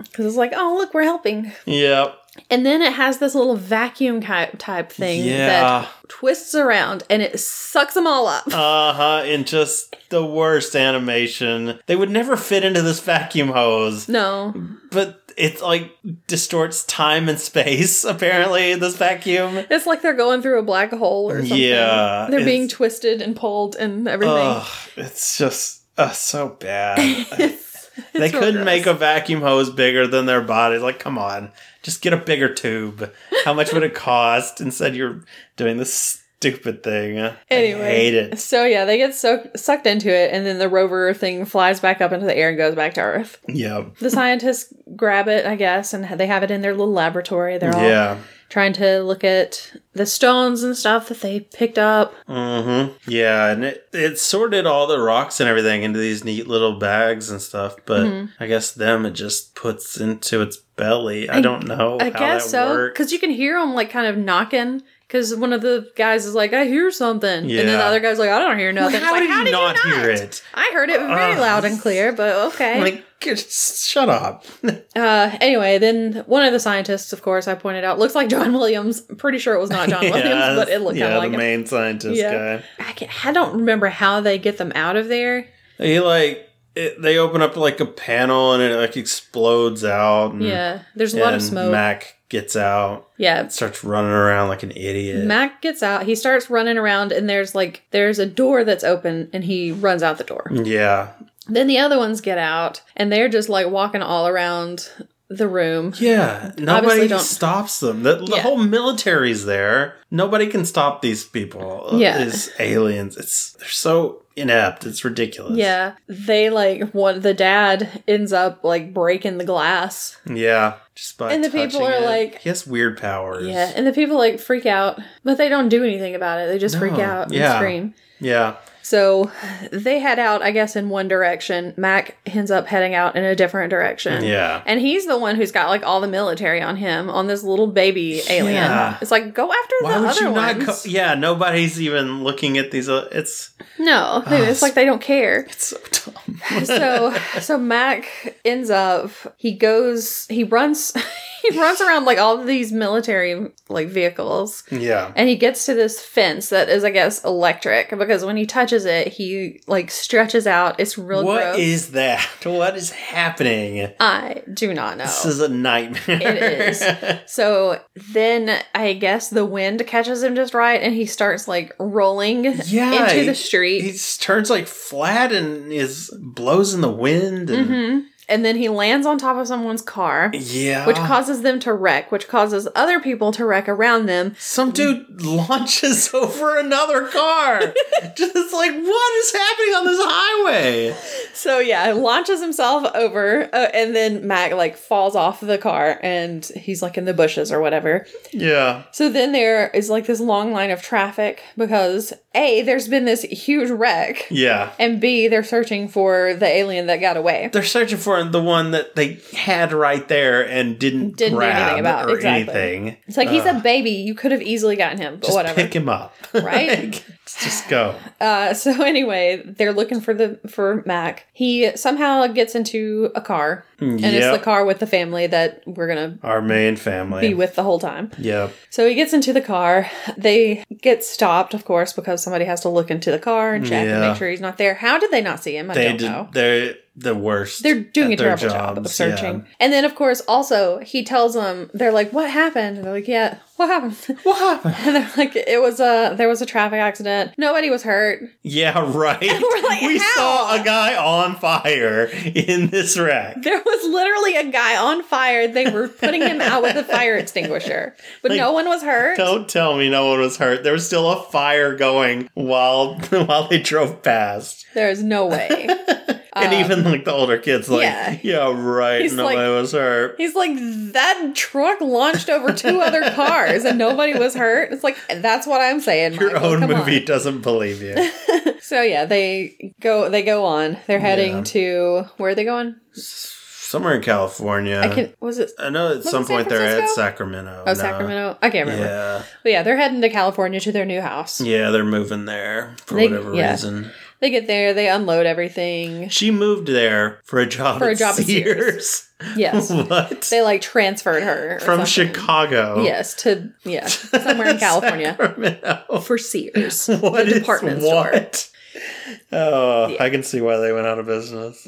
because it's like, oh look, we're helping. Yep. And then it has this little vacuum ki- type thing Yeah. that twists around and it sucks them all up. Uh huh. And just the worst animation. They would never fit into this vacuum hose, no, but it's like distorts time and space, <laughs> apparently, this vacuum. it's like they're going through a black hole or something. Yeah, they're being it's- twisted and pulled and everything. Ugh, it's just uh, so bad. <laughs> It's- <laughs> they it's real couldn't make gross. a vacuum hose bigger than their bodies. Like, come on, just get a bigger tube. How much <laughs> would it cost? Instead, you're doing this stupid thing. I Anyway, hate it. So yeah, they get so sucked into it, and then the rover thing flies back up into the air and goes back to Earth. Yeah, The scientists grab it, I guess, and they have it in their little laboratory. They're all yeah, trying to look at the stones and stuff that they picked up. hmm yeah. And it, it sorted all the rocks and everything into these neat little bags and stuff. But Mm-hmm. I guess them it just puts into its belly. I, I- don't know I how guess that so, works. because you can hear them like kind of knocking. Because one of the guys is like, "I hear something," and then the Yeah. other guy's like, "I don't hear nothing." It's how like, did you not hear it? I heard it very Ugh. loud and clear, but okay. Like, just shut up. Uh, anyway, then one of the scientists, of course, I pointed out, looks like John <laughs> Williams. Pretty sure it <laughs> was <laughs> not John Williams, but it looked yeah, kind the of like him. main scientist Yeah. guy. I, can, I don't remember how they get them out of there. He like it, they open up like a panel and it like explodes out. And, Yeah, there's a lot of Hmm. and smoke. Mac gets out, yeah. starts running around like an idiot. Mac gets out. He starts running around, and there's like there's a door that's open, and he runs out the Hmm. door. yeah, Then the other ones get out, and they're just like walking all around the room. yeah. Obviously Nobody don't- stops them. The, the Yeah. whole military's there. Nobody can stop these people. Yeah. these aliens. It's they're so inept. It's ridiculous. Yeah, they like one. The dad ends up like breaking the glass yeah. Just by And the people touching are it. like- he has weird powers. Yeah, and the people like freak out, but they don't do anything about it. They just freak No, out and yeah. scream. yeah. So they head out, I guess, in one direction. Mac ends up heading out in a different direction. Yeah. And he's the one who's got like all the military on him on this little baby alien. Yeah. It's like go after Why the would other you not? ones. Co- yeah, nobody's even looking at these. Uh, it's no, they- Ah. it's like they <laughs> don't care. it's so dumb. so so Mac ends up he goes he runs <laughs> he runs around like all these military like vehicles yeah, and he gets to this fence that is i guess electric because when he touches it he like stretches out it's real What is gross that? What is happening? i do not know This is a nightmare. Oh. It is. <laughs> so then i guess the wind catches him just right and he starts like rolling <laughs> yeah, into the he- street He just turns like flat and is blows in the wind. And, hmm and then he lands on top of someone's car Yeah, which causes them to wreck which causes other people to wreck around them some dude launches <laughs> over another <laughs> car. just like what is happening on this highway? So yeah, launches himself over, uh, and then Mac like falls off the car, and he's like in the bushes or whatever. Yeah, So then there is like this long line of traffic because a there's been this huge wreck, yeah. and b they're searching for the alien that got away. they're searching for the one that they had right there and didn't Didn't do grab anything about, or exactly. anything. It's like he's a Ugh, baby; you could have easily gotten him, but just whatever. pick him up, <laughs> Right? Like, just go. Uh, <laughs> so anyway, they're looking for the for Mac. He somehow gets into a car, and it's the Yep. car with the family that we're gonna Our main family. be with the whole time. yep. So he gets into the car. They get stopped, of course, because somebody has to look into the car and check and Yeah. make sure he's not there. How did they not see him? I They don't did, know. they're the worst. They're doing a at their terrible job of jobs, searching. yeah. And then, of course, also he tells them they're like, "What happened?" And they're like, "Yeah, what happened?" <laughs> What happened? And they're like, "It was a there was a traffic accident. Nobody was hurt." <laughs> Yeah, right. We're like, we how? saw a guy on fire in this wreck. There was literally a guy on fire. They were putting him out with a fire extinguisher, but Like, no one was hurt. Don't tell me no one was hurt. There was still a fire going while <laughs> while they drove past. There is no <laughs> way. And Um, even like the older kids, like, yeah. yeah, right, He's nobody like- was hurt. He's like, that truck launched over two other cars and nobody was hurt. It's like, that's what I'm saying. Your Michael, own "Oh, come on. movie doesn't believe you. <laughs> So yeah, they go they go on. They're heading Yeah. to where are they going? somewhere in California. I can. Was it? I know at Was some it San point they're at Francisco? Sacramento. Oh, now. Sacramento. I can't remember. Yeah, But yeah, they're heading to California to their new house. yeah, they're moving there for They- whatever yeah. reason. They get there, they unload <laughs> everything. She moved there for a job For a job at Sears. <laughs> Yes, what? they like transferred her or From something. Chicago. Yes, to <laughs> yeah, somewhere in California Sacramento. <laughs> for Sears. What the is department store. what? Oh, Yeah. I can see why they went out of business.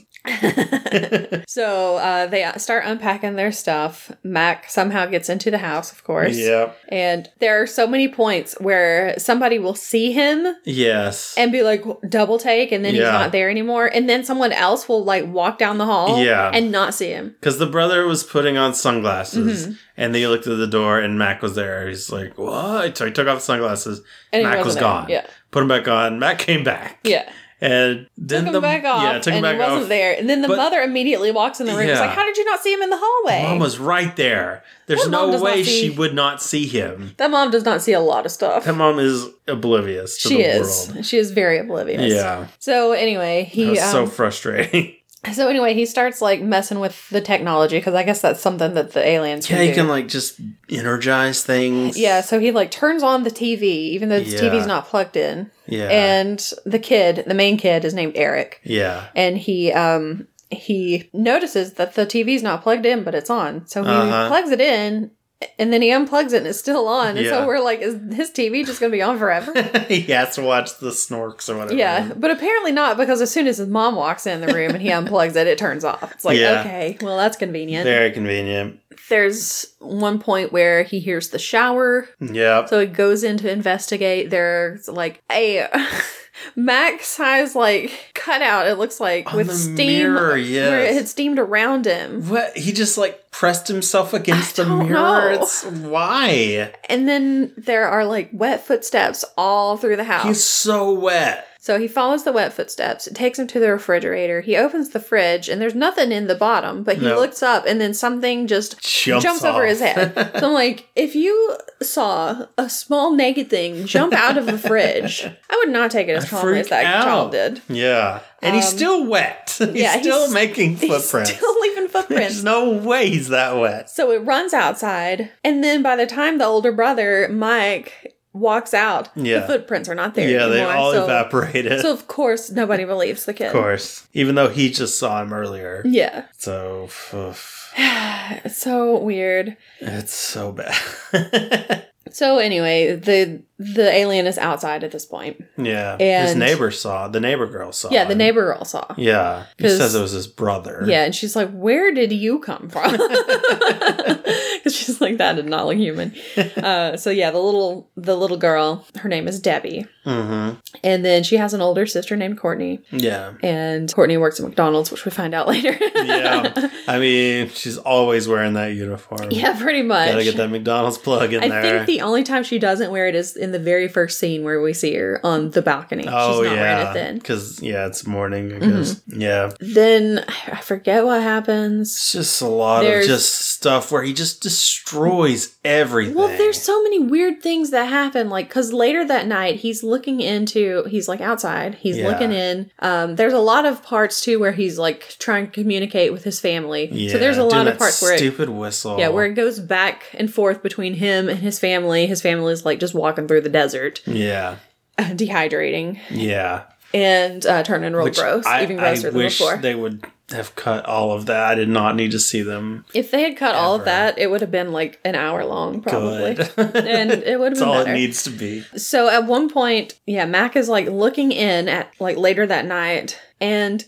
So uh, they start unpacking their stuff. Mac somehow gets into the house, of course. Yep. And there are so many points where somebody will see him Yes. and be like double take, and then he's Yeah. not there anymore. And then someone else will like walk down the hall Yeah. and not see him. Because the brother was putting on sunglasses, Mm-hmm. and they looked at the door, and Mac was there. He's like, "What?" So he took off his sunglasses, And he Mac wasn't was there. gone. Yeah, put them back on. Mac came back. yeah. and Took then him the back off. yeah, took him and back he wasn't off. there. And then the But- mother immediately walks in the room. It's Yeah. like, how did you not see him in the hallway? Mom was right there. There's That mom no does not way see- she would not see him. that mom does not see a lot of stuff. That mom is oblivious to She the is. world. She is very oblivious. Yeah, So anyway, that he was so um, frustrating. So anyway, he starts like messing with the technology because I guess that's something that the <laughs> aliens yeah, can he do. can like just energize things. yeah, so he like turns on the TV even though the Yeah. TV's not plugged in. yeah, And the kid, the main kid is named Eric yeah. and he um he notices that the TV's not plugged in but it's on. So he Uh-huh. plugs it in and then he unplugs it and it's still on. And so Yeah. we're like is his TV just going to be <laughs> on forever? <laughs> he has to watch the snorks or whatever. Yeah, but apparently not because as soon as his mom walks in the room and he unplugs it, it turns off. It's like, Yeah. okay, well, that's convenient. very convenient. There's one point where he hears the shower, Yep. so he goes in to investigate. There's like a <laughs> Max size like cutout. It looks like On with the steam mirror, where it yes. had steamed around him, What he just like pressed himself against I the don't mirror. know. It's why and then there are like wet footsteps all through the house. he's so wet. So he follows the wet footsteps. It takes him to the refrigerator. He opens the fridge and there's nothing in the bottom, but he No. looks up and then something just Jumps, jumps over off. his head. So I'm like, if you saw a small naked thing jump out of a <laughs> fridge, I would not take it as I calmly as freak that child out. did. Yeah. And he's Um, still wet. <laughs> He's yeah, he's- still making He's footprints. still leaving <laughs> There's footprints. no way he's that wet. so it runs outside, and then by the time the older brother Mike walks out, the Yeah. footprints are not there yeah, anymore. they all so, evaporated. so of course nobody believes the kid. of course. Even though he just saw him earlier. Yeah. <sighs> So oof. It's so weird. it's so bad. <laughs> So anyway, the the alien is outside at this point. yeah. his And- neighbor saw the neighbor girl saw. Yeah, the him. neighbor girl saw. Yeah. He 'Cause- says it was his brother. Yeah, and she's like, "Where did you <laughs> come from?" <laughs> Because she's like, "That did not <laughs> look human." Uh, so yeah, the little the little girl, her name is Debbie, Mm-hmm. and then she has an older sister named Courtney, Yeah. and Courtney works at McDonald's, which we find out <laughs> later. <laughs> Yeah. I mean, she's always wearing that uniform. yeah, pretty much. Gotta get that McDonald's plug in I there. think the only time she doesn't wear it is in the very first scene where we see her on the balcony. Oh she's not wearing yeah, it then. Mm-hmm. because yeah, it's morning. I guess yeah, Then I forget what happens. it's just a lot There's- of just stuff where he just destroys everything. Well, there's so many weird things that happen. Like, because later that night, he's looking into, he's like outside, he's Yeah. looking in. Um, there's a lot of parts too where he's like trying to communicate with his family. yeah, so there's a doing lot of that parts where it, stupid whistle. yeah, where it goes back and forth between him and his family. His family's like just walking through the desert, <laughs> yeah, dehydrating yeah. and uh, turning real gross, even grosser than wish before. They would have cut all of that. I did not need to see them. if they had cut all of Ever. that, it would have been like an hour <laughs> long, probably. Good. And it would have That's been all better. it needs to be. So at one point, yeah, Mac is like looking in at like later that night. And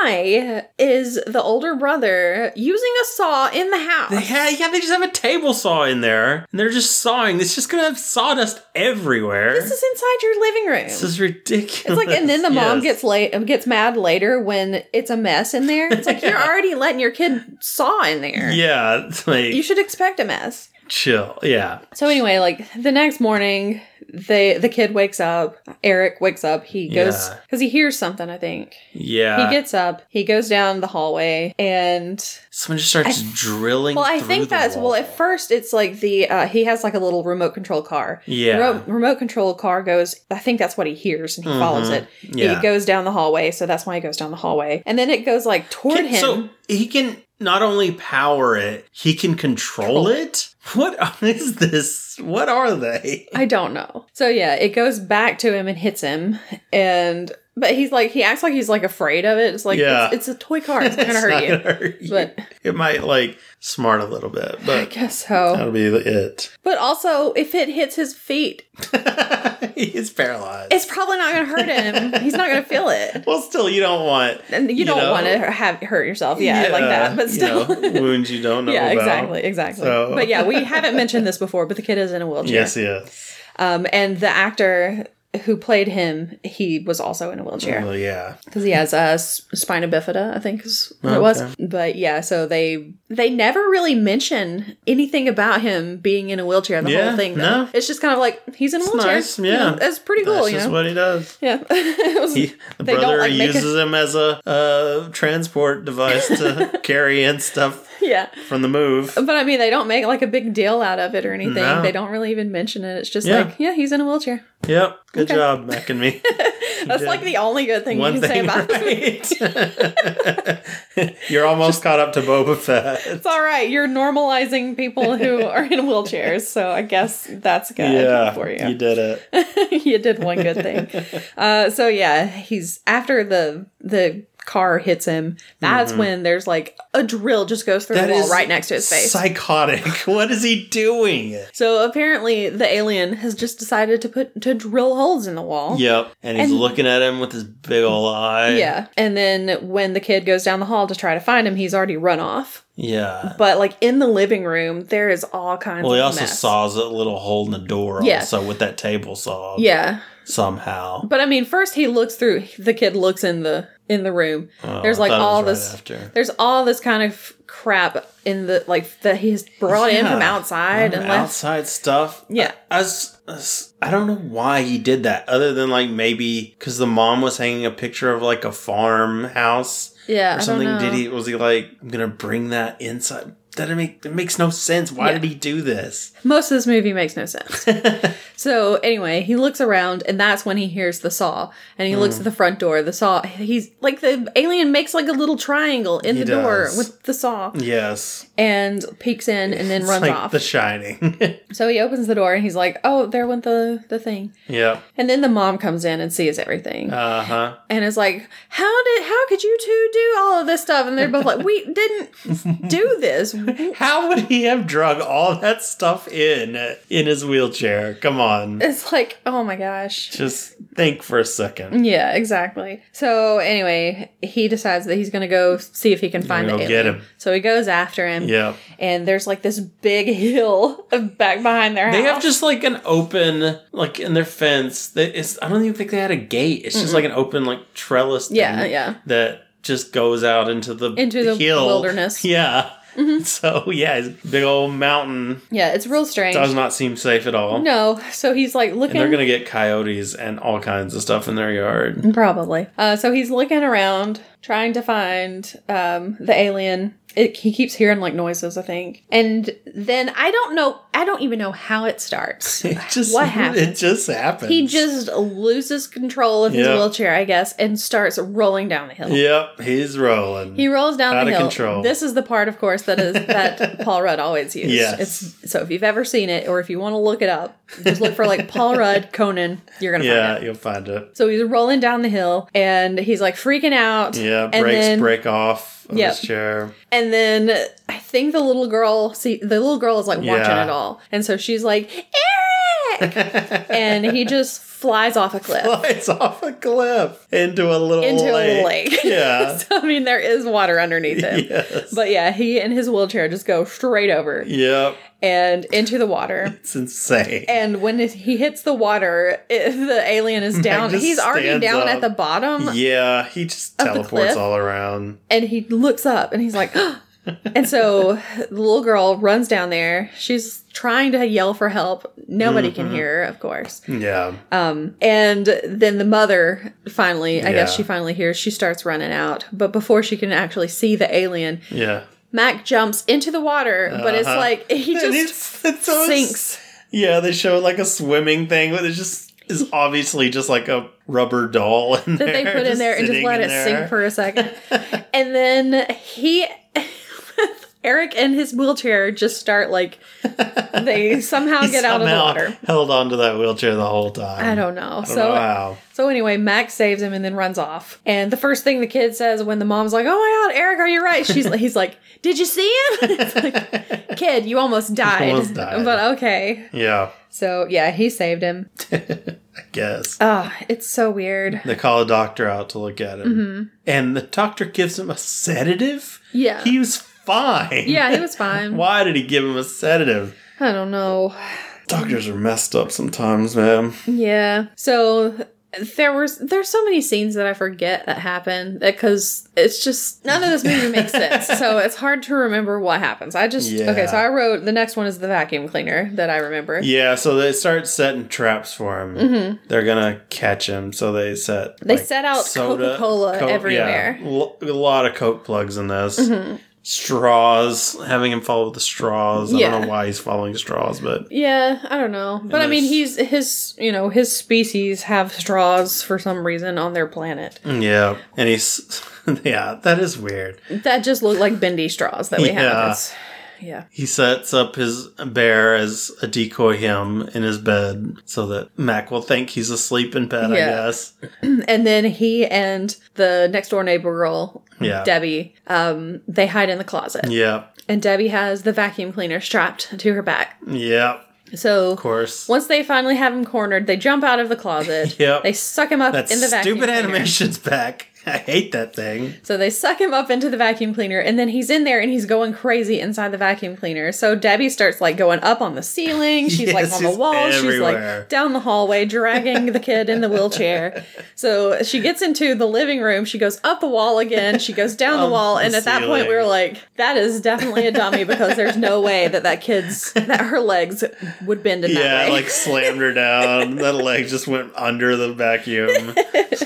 why is the older brother using a saw in the house? They had, yeah, they just have a table saw in there, and they're just sawing. It's just gonna have sawdust everywhere. this is inside your living room. This is ridiculous. it's like, <laughs> and then the mom Yes. gets late, gets mad later when it's a mess in there. <laughs> It's like you're already letting your kid saw in there. Yeah, it's like You should expect a mess. chill. Yeah, So anyway, like the next morning, the the kid wakes up. Eric wakes up. He goes Yeah. because he hears something. I think yeah. He gets up, he goes down the hallway, and Someone just starts drilling. Well, I through think the that's wall. well. At first, it's like the uh, he has like a little remote control car. Yeah. Remote, remote control car goes. I think that's what he hears, and he follows Mhm. it. Yeah. He goes down the hallway, so that's why he goes down the hallway, and then it goes like toward Can- him. So he can not only power it, he can control it. <laughs> What is this? What are they? I don't know. So yeah, it goes back to him and hits him, and but he's like he acts like he's like afraid of it. It's like Yeah. it's, it's a toy car. <laughs> It's not gonna It's hurt not you. gonna hurt you. But it might like smart a little bit, <laughs> I but guess so. that'll be it. <laughs> But also, if it hits his feet, He's paralyzed. it's probably not gonna hurt him. he's not gonna feel it. well, still, you don't want And you, You don't know? want to have hurt yourself, yeah, like that. But you still, <laughs> know, wounds you don't know. yeah, about. exactly, exactly. So- But yeah, we haven't mentioned this before, but the kid is in a wheelchair. Yes, yes. Um, and the actor who played him, he was also in a wheelchair Well, yeah. because he has uh, s- spina bifida, I think is what it was. Okay. But yeah, so they they never really mention anything about him being in a wheelchair. The Yeah, whole thing, though. no. it's just kind of like he's in a It's wheelchair. nice, You know, yeah. that's pretty cool. That's you just know, what he does. yeah. <laughs> It was- He, the They don't, brother like, make a- uses him as a uh, transport device <laughs> to carry in stuff yeah. from the move. But I mean, they don't make like a big deal out of it or anything. No. They don't really even mention it. It's just Yeah. like, yeah, he's in a wheelchair. Yep. Good Okay. job, Mac and me. That's did. like the only good thing One <laughs> you can say thing about it. right. <laughs> You're almost caught up to Boba Fett. It's all right. You're normalizing people who are in wheelchairs, so I guess that's good yeah, for you you. did it. <laughs> you did one good thing. Uh, so yeah, he's after the the car hits him. That's when there's like a drill just goes through Mm-hmm. That the wall is right next to his face. Psychotic. <laughs> What is he doing? so apparently, the alien has just decided to put to drill holes in the wall. Yep. And he's And- looking at him with his big ol' eye. Yeah. And then when the kid goes down the hall to try to find him, he's already run off. Yeah. But like in the living room, there is all kinds Well, of he also mess. saws a little hole in the door Yeah. also with that table saw Yeah. somehow. But I mean, first he looks through the kid looks in the in the room. Oh, There's, I like, thought it all was this- after. There's all this kind of crap in the like that he's brought in from Yeah. outside and left. outside stuff. Yeah. I, was- I was- I don't know why he did that, other than like maybe because the mom was hanging a picture of like a farmhouse Yeah. or I something. Don't know. Did he was he like I'm gonna bring that inside? That didn't make that makes no sense. Why Yeah. did he do this? Most of this movie makes <laughs> no sense. yeah, so anyway, he looks around and that's when he hears the saw. And Hmm. he looks at the front door. The saw. He's like the alien makes like a little triangle in He the door does. with the saw yes, and peeks in and then It's runs like off. The Shining. <laughs> so he opens the door and he's like, "Oh, there went the the thing." yeah, And then the mom comes in and sees everything. uh huh. and it's like, how did how could you two do all of this stuff? And they're both <laughs> like, we didn't do this. How would he have drug all that stuff in in his wheelchair? Come on, It's like, oh my gosh. just think for a second. Yeah, exactly. So anyway, he decides that he's gonna go see if he can find the Go alien. get him. So he goes after him, Yeah. and there's like this big hill <laughs> back behind their They house. have just like an open, like in their fence. That is, I don't even think they had a gate. It's just like an open, like trellis. Thing Yeah, yeah. That just goes out into the Into the hill. wilderness. <laughs> Mm-hmm. Yeah. So yeah, his big old mountain yeah, it's real strange. does not seem safe at all. No, so he's like And looking. they're gonna get coyotes and all kinds of stuff in their yard. Probably. Uh, so he's looking around, trying to find um, the alien. It, he keeps hearing like noises, I think. And then I don't know, I don't even know how <laughs> it starts. It just what happened? It just happened. he just loses control of his Yeah. wheelchair, I guess, and starts rolling down the hill. Yep, he's rolling. He rolls down Out the of hill. control. This is the part, of course, that is <laughs> that Paul Rudd always used. Yes. It's so if you've ever seen it, or if you want to look it up, just look for like Paul Rudd Conan. You're gonna find it. yeah, you'll find it. So he's rolling down the hill and he's like freaking out. Yeah, and breaks then, break off of Yep. his chair. And then I think the little girl see the little girl is like watching Yeah. it all. And so she's like, Eric <laughs> and he just flies off a cliff flies off a cliff into a little into lake. a lake. <laughs> Yeah. <laughs> so, I mean there is water underneath him. yes. But yeah, he and his wheelchair just go straight over Yep. and into the water. It's insane. And when it- he hits the water, it, the alien is down. just He's already stands down up. at the bottom. yeah, he just Up the teleports cliff. all around. and he looks up and he's like "Ah!" <laughs> and so the little girl runs down there she's trying to yell for help nobody Mm-hmm. can hear her of course Yeah. um, and then the mother finally i guess Yeah. she finally hears she starts running out but before she can actually see the alien Yeah. Mac jumps into the water, but it's Uh-huh. like <laughs> he And just it's- it's so- <laughs> sinks. Yeah, they show like a swimming thing, but it just is obviously just like a rubber doll in that they there, put in there and just sitting let in it there. sink for <laughs> a second. and then he, <laughs> Eric and his wheelchair just start like, they <laughs> somehow He get out of the somehow water. Held onto that wheelchair the whole time. I don't know. I don't so, know how. so anyway, Max saves him and then runs off. And the first thing the kid says when the mom's like, "Oh my god, Eric, are you right?" She's <laughs> he's like, "Did you see him?" <laughs> It's like, "Kid, you almost <laughs> died." almost died. <laughs> But okay. Yeah, So yeah, he saved him. I guess. Oh, it's so weird. They call a doctor out to look at him. And the doctor gives him a sedative? Mm-hmm. Yeah. He was fine. yeah, he was <laughs> fine. Why did he give him a sedative? I don't know. Doctors are messed up sometimes, man. Yeah. So there was there's so many scenes that I forget that happened because it's just none of this <laughs> movie makes sense. So it's hard to remember what happens. I just Yeah. okay. So I wrote the next one is the vacuum cleaner that I remember. Yeah, so they start setting traps for him. They're gonna catch him, so they set. Mm-hmm. They set out Coca-Cola yeah, everywhere. Mm-hmm. l- a lot of Coke plugs in this. Straws, having him follow the straws. I Yeah. don't know why he's following straws, but Yeah, I don't know, but I mean, he's his you know his species have straws for some reason on their planet yeah. And he's <laughs> yeah, that is weird. that just look like bendy straws that we Yeah. have. It's, yeah. He sets up his bear as a decoy him in his bed so that Mac will think he's asleep in bed, I Yeah. guess. And then he and the next door neighbor girl, Yeah. Debbie, um, they hide in the closet. yeah. And Debbie has the vacuum cleaner strapped to her back. Yeah. Of So course. once they finally have him cornered, they jump out of the closet. <laughs> Yep. They suck him up That in the vacuum stupid cleaner. animation's back. <laughs> I hate that thing. So they suck him up into the vacuum cleaner, and then he's in there and he's going crazy inside the vacuum cleaner. So Debbie starts like going up on the ceiling. She's like Yes, on the she's wall. She's everywhere. like down the hallway, dragging the kid in <laughs> the wheelchair. So she gets into the living room. She goes up the wall again. She goes down the Up wall. the And at that point, we were ceiling. like, that is definitely a dummy because there's no way that that kid's, that her legs would bend in yeah, that way. like slammed her down. <laughs> that leg just went under the vacuum.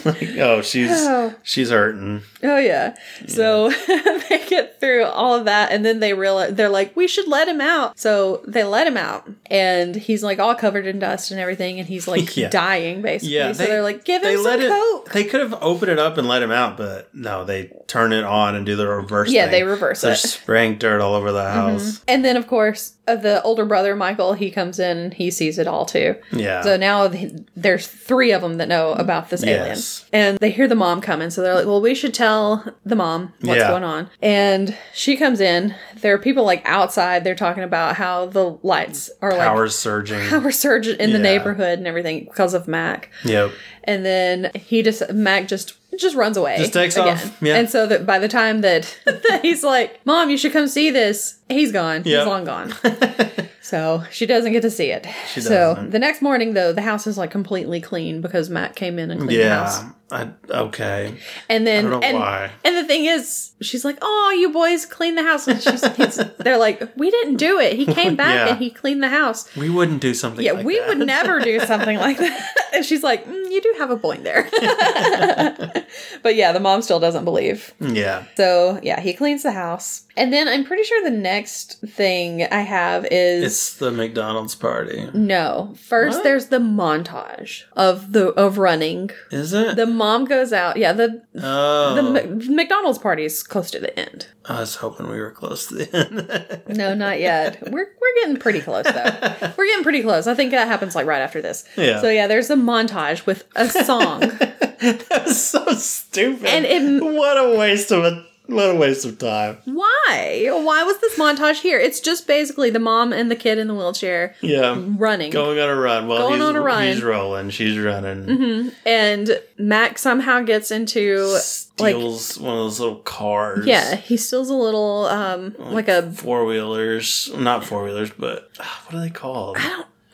like, oh, she's Oh. she's hurting. Oh yeah. So <laughs> they get through all of that and then they realize they're like, we should let him out. So they let him out and he's like all covered in dust and everything and he's <laughs> like Yeah. dying basically. Yeah, so they- they're like, give him They some let it. coke. They could have opened it up and let him out, but no, they turn it on and do the reverse. Yeah, thing. they reverse They're it. Mm-hmm. spraying dirt all over the house. And then of course uh, the older brother Michael he comes in and he sees it all too. Yeah. So now th- there's three of them that know about this Yes. alien. And they hear the mom coming. So they're like, well, we should tell the mom what's Yeah. going on. And she comes in. There are people like outside. They're talking about how the lights are Power's like surging. resurgent in the Yeah. neighborhood and everything because of Mac. yep. And then he just, Mac just. Just runs away. Just takes off. Yeah. And so that by the time that, <laughs> that he's like, "Mom, you should come see this," he's gone. Yeah. He's <laughs> long gone. So she doesn't get to see it. She So doesn't. the next morning, though, the house is like completely clean because Matt came in and um, cleaned the house. Yeah. I, okay. And then, I don't know and, why. and the thing is, she's like, "Oh, you boys clean the house," and she's, he's, they're like, "We didn't do it. <laughs> He came back Yeah. and he cleaned the house." We wouldn't do something. Yeah, like we that. would <laughs> never do something like that. <laughs> And she's like, mm, "You do have a point there," <laughs> but yeah, the mom still doesn't believe. Yeah. So yeah, he cleans the house, and then I'm pretty sure the next thing I have is It's the McDonald's party. No. First What? there's the montage of the of running. Is it? The mom goes out. Yeah, the oh. the Mc- McDonald's party is close to the end. I was hoping we were close to the end. <laughs> No, not yet. we're we're getting pretty close though. We're getting pretty close. I think that happens like right after this. Yeah. So yeah, there's a montage with a song. that was so stupid. And it- what a waste of a what a waste of time. Why? Why was this montage here? It's just basically the mom and the kid in the wheelchair Yeah. running. Going on a run. Well, Going he's, on a run. Mm-hmm. he's rolling. She's running. and Mac somehow gets into like Steals one of those little cars. yeah, he steals a little um like a Four wheelers. Not four wheelers, but ah, what are they called?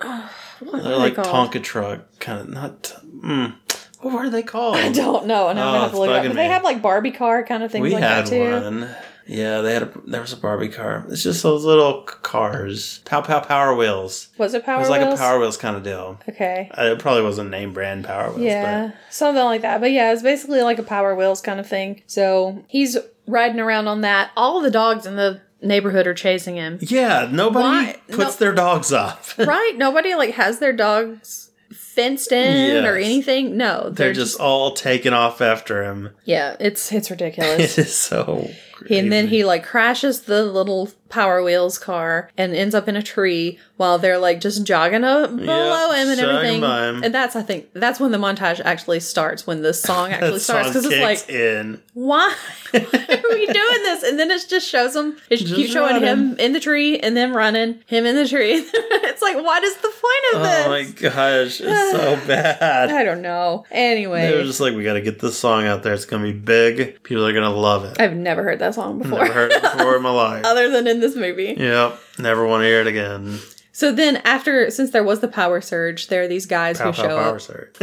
uh, what They're are they like called? Tonka truck. Kind of not. t- Mm, what were they called? I don't know, and I'm Oh, gonna have to it's look it up. bugging But they me. had like Barbie car kind of things we like had that too. one. Yeah, they had a. There was a Barbie car. It's just those little c- cars. Pow pow power wheels. Was it Power it was like Wheels? a Power Wheels kind of deal. Okay. Uh, It probably wasn't name brand Power Wheels. Yeah, something like that. But yeah, it's basically like a Power Wheels kind of thing. So he's riding around on that. All the dogs in the neighborhood are chasing him. Yeah, nobody Why- puts no- their dogs up. <laughs> right? Nobody like has their dogs fenced in or Yes. anything. No, they're, They're just all taken off after him. <laughs> yeah. It's it's ridiculous. It is so. Crazy. and then he like crashes the little Power Wheels car and ends up in a tree while they're like just jogging up below him and jogging everything. by him. And that's I think that's when the montage actually starts when the <laughs> song that actually song starts because it's like kicks in. <laughs> why are we doing this? And then it just shows him, it Just keeps showing him running. in the tree and then running, him in the tree. <laughs> it's like, what is the point of Oh my this? gosh, it's <sighs> so bad. I don't know. They were Anyway, just like, we got to get this song out there. It's gonna be big. People are gonna love it. I've never heard that song before, Never heard it before in my life. <laughs> other than in this movie. Yep, never want to hear it again. So then, after, since there was the power surge, there are these guys Pow who pow show power up. <laughs> surge.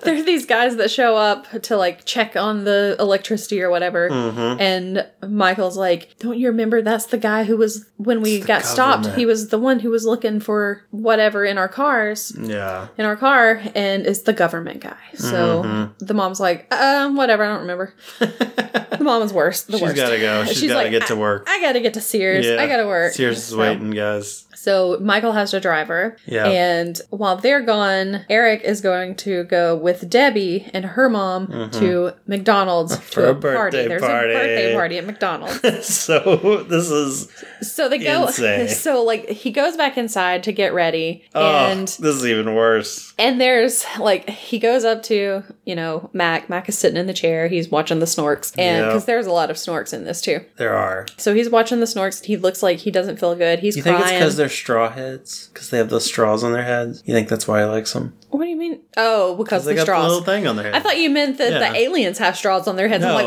There are these guys that show up to like check on the electricity or whatever. hmm And Michael's like, Don't you remember that's the guy who was, when we It's the got stopped, government." he was the one who was looking for whatever in our cars. Yeah. in our car and it's the government guy. So Mhm. the mom's like, um, whatever, I <laughs> don't remember. the mom is worse. The She's worst. gotta <laughs> go. She's She's gotta like, get to work. I gotta get to Sears. I gotta work. Sears is So- waiting, guys. <laughs> So Michael has to drive her. Yeah. And while they're gone, Eric is going to go with Debbie and her mom to <laughs> McDonald's Mm-hmm. For to a a party. birthday There's party. a birthday party at McDonald's. so this is so they go Insane. <laughs> so like he goes back inside to get ready oh, and this is even worse. And there's like he goes up to you know Mac. Mac is sitting in the chair. He's watching the snorks, and Yeah. because there's a lot of snorks in this too. There are. So he's watching the snorks. He looks like he doesn't feel good. He's You think crying. it's because they're straw heads? Because they have those straws on their heads? You think that's why I like them? what do you mean? Oh, because They the got the straws. little thing on their head. I thought you meant that Yeah. the aliens have straws on their heads. I'm like,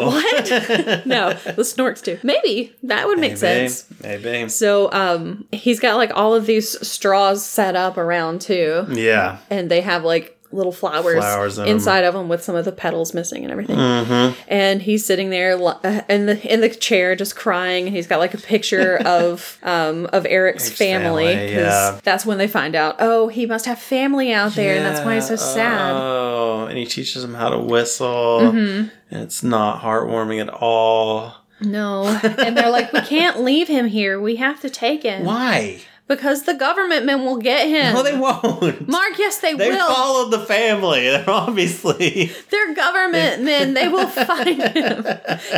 <laughs> what? <laughs> no, the snorks do. Maybe that would make Maybe. sense. Maybe. So um, he's got like all of these straws set up around too, Yeah. and they have like little flowers, Flowers in 'em. inside of them with some of the petals missing and everything. Mm-hmm. and he's sitting there li- uh, in the in the chair just crying and he's got like <laughs> a picture of um of Eric's Eric's family family, yeah. that's when they find out oh he must have family out there and that's why he's so sad Mm-hmm. Oh, and he teaches them how to whistle. And it's not heartwarming at all. <laughs> no and they're like we can't leave him here we have to take him Why? because the government men will get him No, they won't. Mark yes they, they will followed the family. <laughs> They're obviously. they're government men <laughs> they will find him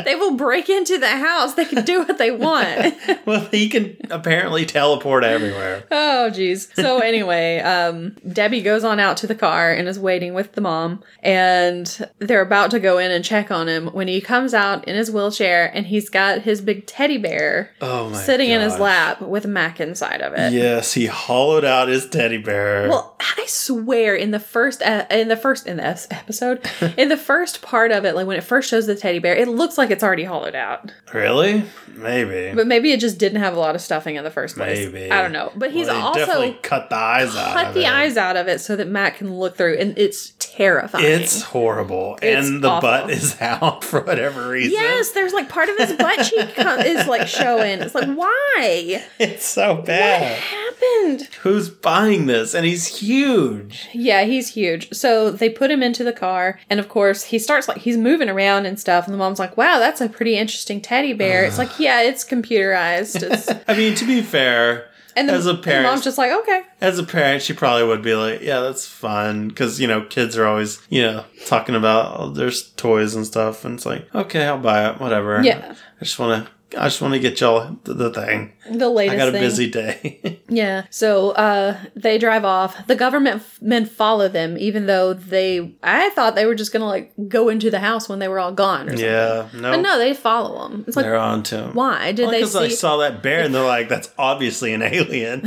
they will break into the house they can do what they <laughs> want well, he can apparently teleport everywhere. Oh geez. So anyway, um, Debbie goes on out to the car and is waiting with the mom, and they're about to go in and check on him when he comes out in his wheelchair and he's got his big teddy bear Oh my! sitting in his gosh. lap with Mac inside of it. Yes, he hollowed out his teddy bear. Well, I swear, in the first e- in the first in the es- <laughs> episode, in the first part of it, like when it first shows the teddy bear, it looks like it's already hollowed out, really? Maybe. but maybe it just didn't have a lot of stuffing in the first place. Maybe. I don't know, but he's Well, they also definitely cut the eyes out. cut of the it. eyes out of it so that Matt can look through, and it's terrifying. It's horrible, It's and the awful. butt is <laughs> out for whatever reason. yes, there's like part of his butt cheek co- is like showing. It's like why? it's so What bad. happened? Who's buying this? And he's huge. Yeah, he's huge. So they put him into the car, and of course he starts like he's moving around and stuff. And the mom's like, "Wow, that's a pretty interesting teddy bear." It's like, yeah, it's computerized. <laughs> It's, I mean, <sighs> to be fair, and the, As a and the parent- mom's just like, "Okay, as a parent, she probably would be like, "Yeah, that's fun," because you know kids are always you know talking about all their s- toys and stuff, and it's like, "Okay, I'll buy it, whatever." Yeah. I just want to, I just want to get y'all th- the thing. the latest." I got a thing. busy day. <laughs> Yeah. So uh, they drive off. The government f- men follow them, even though they, I thought they were just going to like go into the house when they were all gone or something. yeah, no, But no, they follow them. It's like, they're on to him. why? Did they Because see? I saw that bear and they're like, "That's obviously an <laughs> alien."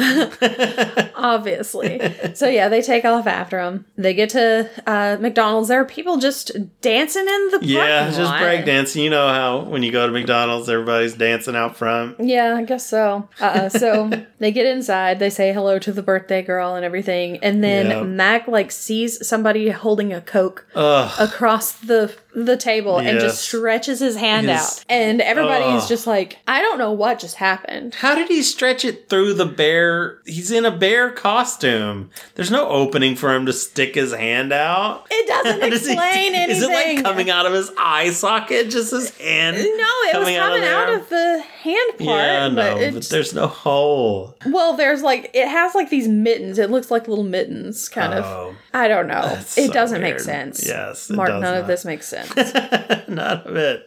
obviously. so yeah, they take off after them. They get to uh, McDonald's. There are people just dancing in the parking yeah, just lot. breakdancing. You know how when you go to McDonald's, everybody's dancing out front. Yeah, I guess so. <laughs> Uh, so they get inside, they say hello to the birthday girl and everything, and then Yeah. Mac like sees somebody holding a coke Ugh. across the the table and Yes. just stretches his hand Yes. out, and everybody is Ugh. just like, I don't know what just happened. How did he stretch it through the bear? He's in a bear costume. There's no opening for him to stick his hand out. <laughs> It doesn't Does he- explain anything. Is it like coming out of his eye socket? Just his hand? No, it coming was out of coming out there? of, the hand part. Yeah, no, but it but, just- there's no hole. <laughs> Well, there's like it has like these mittens. It looks like little mittens, kind of. Oh, I don't know. It that's so doesn't make weird. sense. Yes, it Mark, does none not. of this makes sense. <laughs> None of it.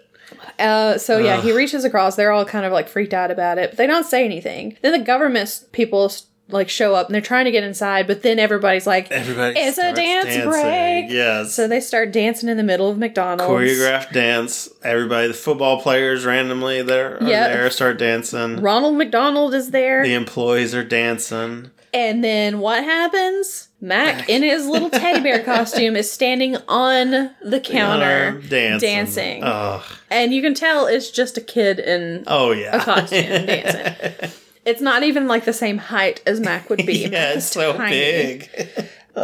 Uh, so yeah, he Ugh. reaches across. They're all kind of like freaked out about it, but they don't say anything. Then the government s- people s- like show up and they're trying to get inside, but then everybody's like, Everybody. It's a starts dance break. Yes. so they start dancing in the middle of McDonald's. choreographed dance. Everybody, the football players randomly there are Yep. there start dancing. Ronald McDonald is there, The employees are dancing. and then what happens? Mac in his little teddy <laughs> bear costume is standing on the counter Uh, dancing. dancing. Ugh. and you can tell it's just a kid in Oh yeah. a <laughs> costume dancing. It's not even like the same height as Mac would be. <laughs> yeah, <laughs> Mac it's is so tiny. <laughs> big.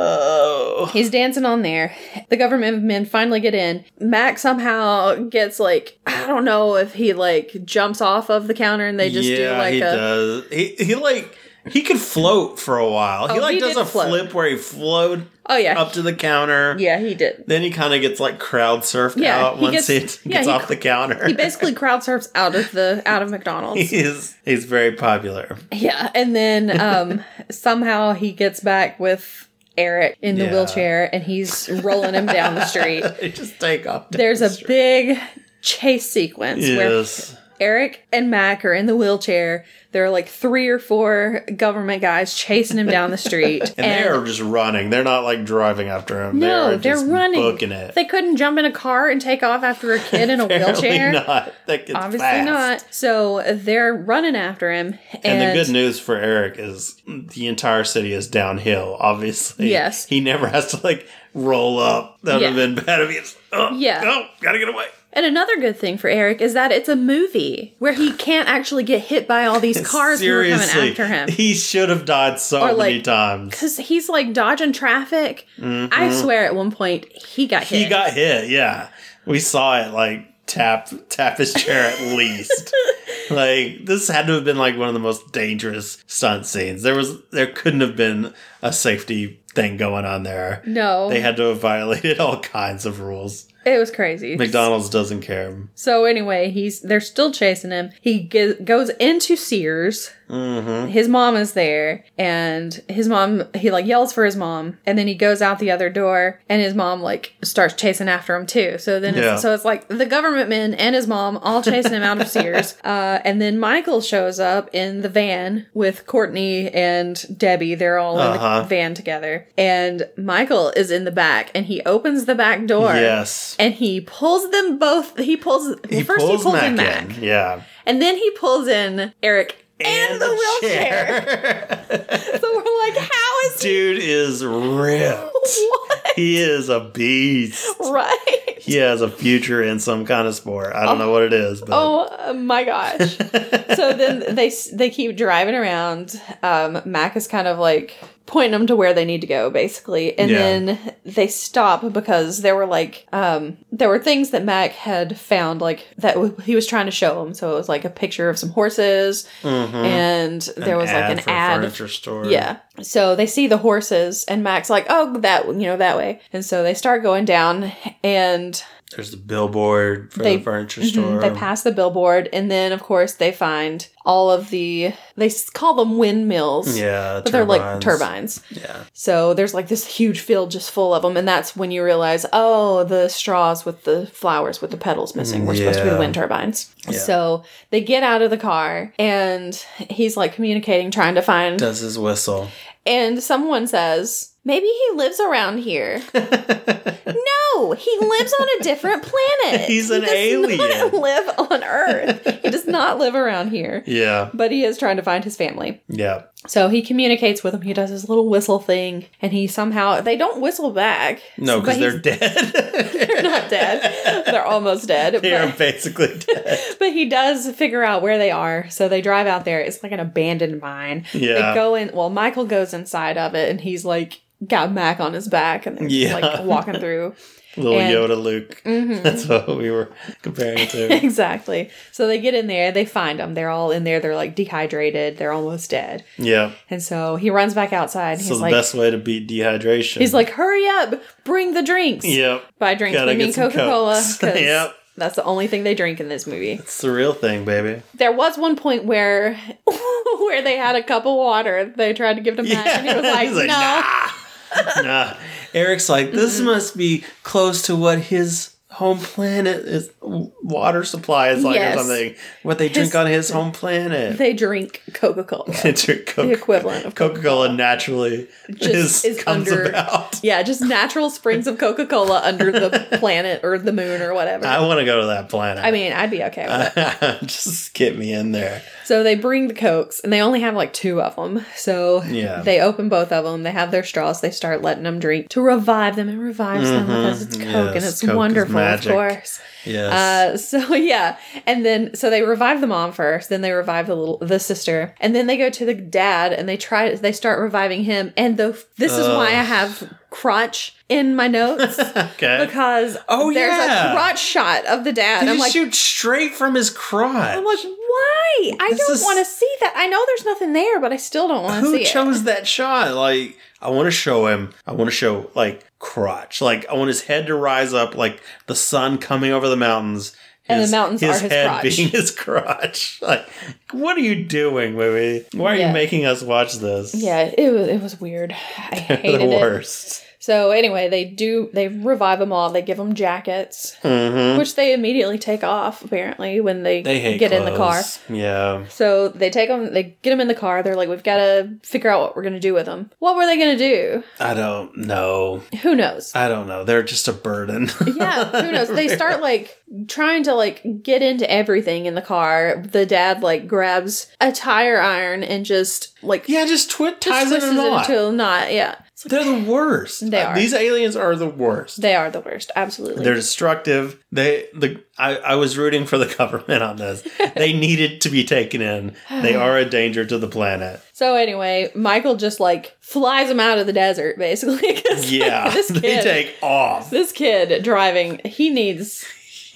oh. He's dancing on there. The government men finally get in. Mac somehow gets like I don't know if he like jumps off of the counter and they just yeah, do like he a does. He he like he could float for a while. he Oh, like he does did a float. flip where he flowed oh yeah up to the counter. yeah he did. Then he kind of gets like crowd surfed Yeah, out he once gets- he <laughs> gets yeah, he- off the counter. <laughs> He basically crowd surfs out of the out of McDonald's. he's he's very popular. Yeah, and then um somehow he gets back with Eric in the Yeah. wheelchair and he's rolling him down the street. <laughs> they just take off. down There's the a street. big chase sequence where yes. Eric and Mac are in the wheelchair. There are like three or four government guys chasing him down the street. <laughs> And, they are just running. They're not like driving after him. no, they're, they're just running. Booking it. They couldn't jump in a car and take off after a kid in <laughs> a Apparently wheelchair. Not. That gets Obviously fast. not. So they're running after him. And, And, the good news for Eric is the entire city is downhill. Obviously, Yes. He never has to like roll up. That would have Yeah. been bad if he. was, Oh, Yeah. Oh, gotta get away. And another good thing for Eric is that it's a movie where he can't actually get hit by all these cars who are coming Seriously, after him. he should have died so Or, many like, times. Because he's like dodging traffic. I swear at one point he got hit. Mm-hmm. He got hit. Yeah, we saw it. Like tap tap his chair at <laughs> least. like this had to have been like one of the most dangerous stunt scenes. There was there couldn't have been a safety thing going on there. no. They had to have violated all kinds of rules. it was crazy. McDonald's doesn't care. So anyway, he's they're still chasing him. He g- goes into Sears. Mm-hmm. His mom is there, and his mom he like yells for his mom, and then he goes out the other door, and his mom like starts chasing after him too. So then, Yeah. it's, so it's like the government men and his mom all chasing <laughs> him out of Sears, uh, and then Michael shows up in the van with Courtney and Debbie. They're all in Uh-huh. the van together, and Michael is in the back, and he opens the back door Yes. and he pulls them both. He pulls. Well, first he pulls in Mac, in. Yeah. and then he pulls in Eric and, the wheelchair. chair. <laughs> so we're like, how is Dude is ripped. <laughs> he? What? He is a beast. Right? He has a future in some kind of sport. I don't know what it is, but Oh my <laughs> gosh! so then they s- they keep driving around. Um, Mac is kind of like pointing them to where they need to go, basically, and Yeah. then they stop because there were like um, there were things that Mac had found like that w- he was trying to show them. So it was like a picture of some horses, Mhm. and Oh. there was like Mm-hmm. an for a ad furniture store. Yeah. So they see the horses, and Mac's like, "Oh, that you know that way." And so they start going down, and There's the billboard for They- Mm-hmm. the furniture store. they pass the billboard, and then of course they find all of the they s- call them windmills, Yeah, but they're like turbines. Yeah, So there's like this huge field just full of them, and that's when you realize, oh, the straws with the flowers with the petals missing were supposed to be the Yeah. wind turbines. Yeah. So they get out of the car, and he's like communicating, trying to find does his whistle. and someone says, Maybe he lives <laughs> around here. no, he lives on a different planet. <laughs> He's He an does alien. Not <laughs> live on Earth. he does not live around here. Yeah, But he is trying to find his family. yeah. So he communicates with him. He does his little whistle thing, and he somehow they don't whistle back. No, because But <laughs> he's- they're dead. <laughs> they're not dead. They're almost dead. they are But, basically dead. but but he does figure out where they are. So they drive out there. It's like an abandoned mine. Yeah. They go in. Well, Michael goes inside of it, and he's like got Mac on his back, and they're just, Yeah. <laughs> like walking through. Little and- Yoda Luke. <laughs> Mhm. That's what we were comparing it to. exactly. So they get in there. They find them. They're all in there. They're like dehydrated. They're almost dead. <laughs> yeah. And so he runs back outside. And So he's the like, best way to beat dehydration. he's like, hurry up, bring the drinks. Yep. By drinks, Gotta we get mean some <laughs> Coca Cola. Cokes. Yep. That's the only thing they drink in this movie. It's the real thing, <laughs> baby. There was one point where <laughs> where they had a cup of water. They tried to give to Matt, and <laughs> he was like, He's "No." nah. nah. Eric's like, Mm-hmm. this must be close to what his home planet is water supply is like Yes. or something. What they drink His- on his home planet. They drink Coca Cola. <laughs> They drink the Coca- equivalent of Coca-Cola naturally Just just is comes under- about. Yeah, just natural springs of Coca Cola <laughs> under the planet or the moon or whatever. I I, want to go to that planet. mean, I'd be okay uh, with it. <laughs> just get me in there. So they bring the cokes, and they only have like two of them. So Yeah. they open both of them. They have their straws. They start letting them drink to revive them and revives them because it's Mhm. coke and Yes, it's Coke is wonderful, of magic. course. Yes. Uh, so <laughs> yeah, and then so they revive the mom first, then they revive the little the sister, and then they go to the dad and they try they start reviving him. And the this is why I Ugh. have crotch in my notes <laughs> okay. Uh, <laughs> because Oh, there's yeah. a crotch shot of the dad. They I'm just like. shoot straight from his crotch. I'm like, why? I This don't is- want to see that. I know there's nothing there, but I still don't want to Who see it. chose that shot? Like, I want to show him. I want to show like crotch. Like, I want his head to rise up, like the sun coming over the mountains. And the mountains are his head crotch. being <laughs> his crotch. Like, what are you doing, movie? Why are Yeah. you making us watch this? Yeah, it was it was weird. I <laughs> hated the it. worst. So anyway, they do they revive them all. They give them jackets, Mhm. which they immediately take off apparently when they, They hate get in the car. clothes. Yeah, So they take them, they get them in the car. They're like, we've got to figure out what we're gonna do with them. What were they gonna do? I don't know. Who knows? I don't know. They're just a burden. <laughs> yeah, who knows? They start like trying to like get into everything in the car. The dad like grabs a tire iron and just like yeah, just twi- just ties in twists a knot. it into a knot. Yeah, It's like, They're the worst. Uh, They are. These aliens are the worst. they are the worst. Absolutely. They're destructive. They the I, I was rooting for the <laughs> government on this. they needed to be taken in. They are a danger to the planet. So anyway, Michael just like flies him out of the desert, basically. 'cause, <laughs> like, Yeah, <laughs> this <laughs> kid, they take off. this kid driving, he needs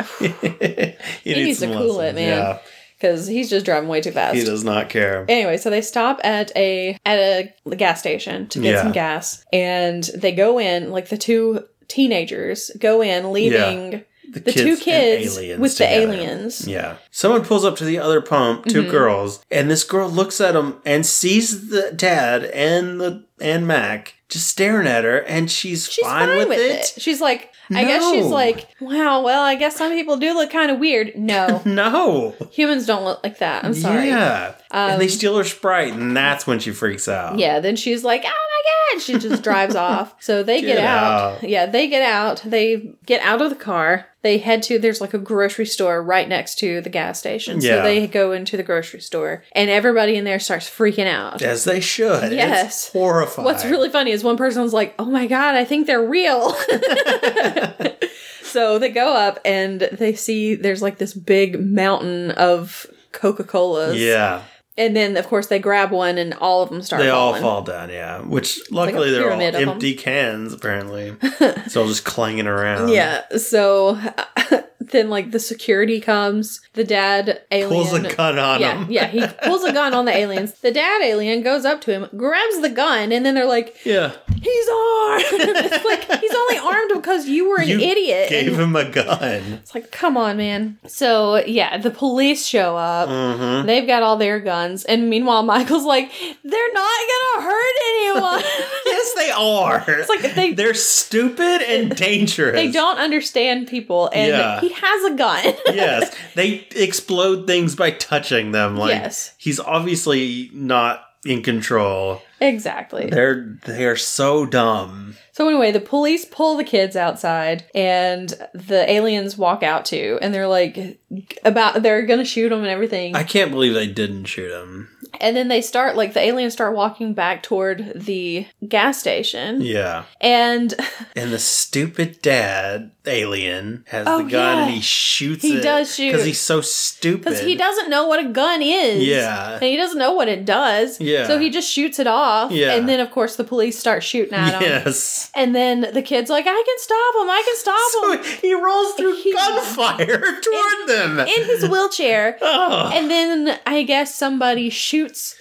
<laughs> he needs to some cool it, man. Yeah, because he's just driving way too fast. he does not care. Anyway, so they stop at a at a gas station to get Yeah. some gas, and they go in like the two teenagers go in, leaving the two and kids aliens with together. the aliens. Mm-hmm. Yeah. Someone pulls up to the other pump, 2 girls, and this girl looks at them and sees the dad and the and Mac just staring at her, and she's, She's fine, with, it. She's like, I guess she's No. like, wow, well, I guess some people do look kind of weird. <laughs> No, No. humans don't look like that. I'm sorry. Yeah. and they Um, steal her sprite, and that's when she freaks out. Yeah, then she's like, "Oh my god!" She just drives off. So they get, Get out. out. Yeah, they get out. They get out of the car. They head to there's like a grocery store right next to the gas station. So Yeah. they go into the grocery store, and everybody in there starts freaking out. As they should. Yes. It's horrifying. What's really funny is one person was like, "Oh my god, I think they're real." <laughs> so they go up and they see there's like this big mountain of Coca Colas. Yeah. and then of course they grab one, and all of them start. They all falling. fall down, yeah. Which luckily they're all pyramid of 'em. empty cans, <laughs> apparently. it's all just clanging around. Yeah. So <laughs> then, like, the security comes. The dad alien Pulls a gun on Yeah, them. <laughs> yeah. He pulls a gun on the aliens. The dad alien goes up to him, grabs the gun, and then they're like, Yeah. "He's armed." <laughs> it's like he's only armed because you were an You idiot. Gave And him a <laughs> gun. it's like, come on, man. So yeah, the police show up. Mm-hmm. They've got all their guns, and meanwhile, <laughs> Michael's like, "They're not gonna hurt anyone." <laughs> Yes, they are. It's like they- they're stupid and dangerous. <laughs> they don't understand people, and Yeah. he has a gun. <laughs> yes, they explode things by touching them. Like Yes. he's obviously not in control. exactly. They're they are so dumb. So anyway, the police pull the kids outside, and the aliens walk out too, and they're like, about they're gonna shoot them and everything. I can't believe they didn't shoot him. And then they start, like, the aliens start walking back toward the gas station. Yeah. And <laughs> And the stupid dad alien has Oh, the gun and yeah. he shoots He it. does shoot. Because he's so stupid. because he doesn't know what a gun is. Yeah. And he doesn't know what it does. Yeah. So he just shoots it off. Yeah. And then, of course, the police start shooting at him. <laughs> Yes. And then the kid's like, I can stop him. I can stop him. <laughs> So he rolls through He- gunfire <laughs> toward them. in his wheelchair. <laughs> oh. And then I guess somebody shoots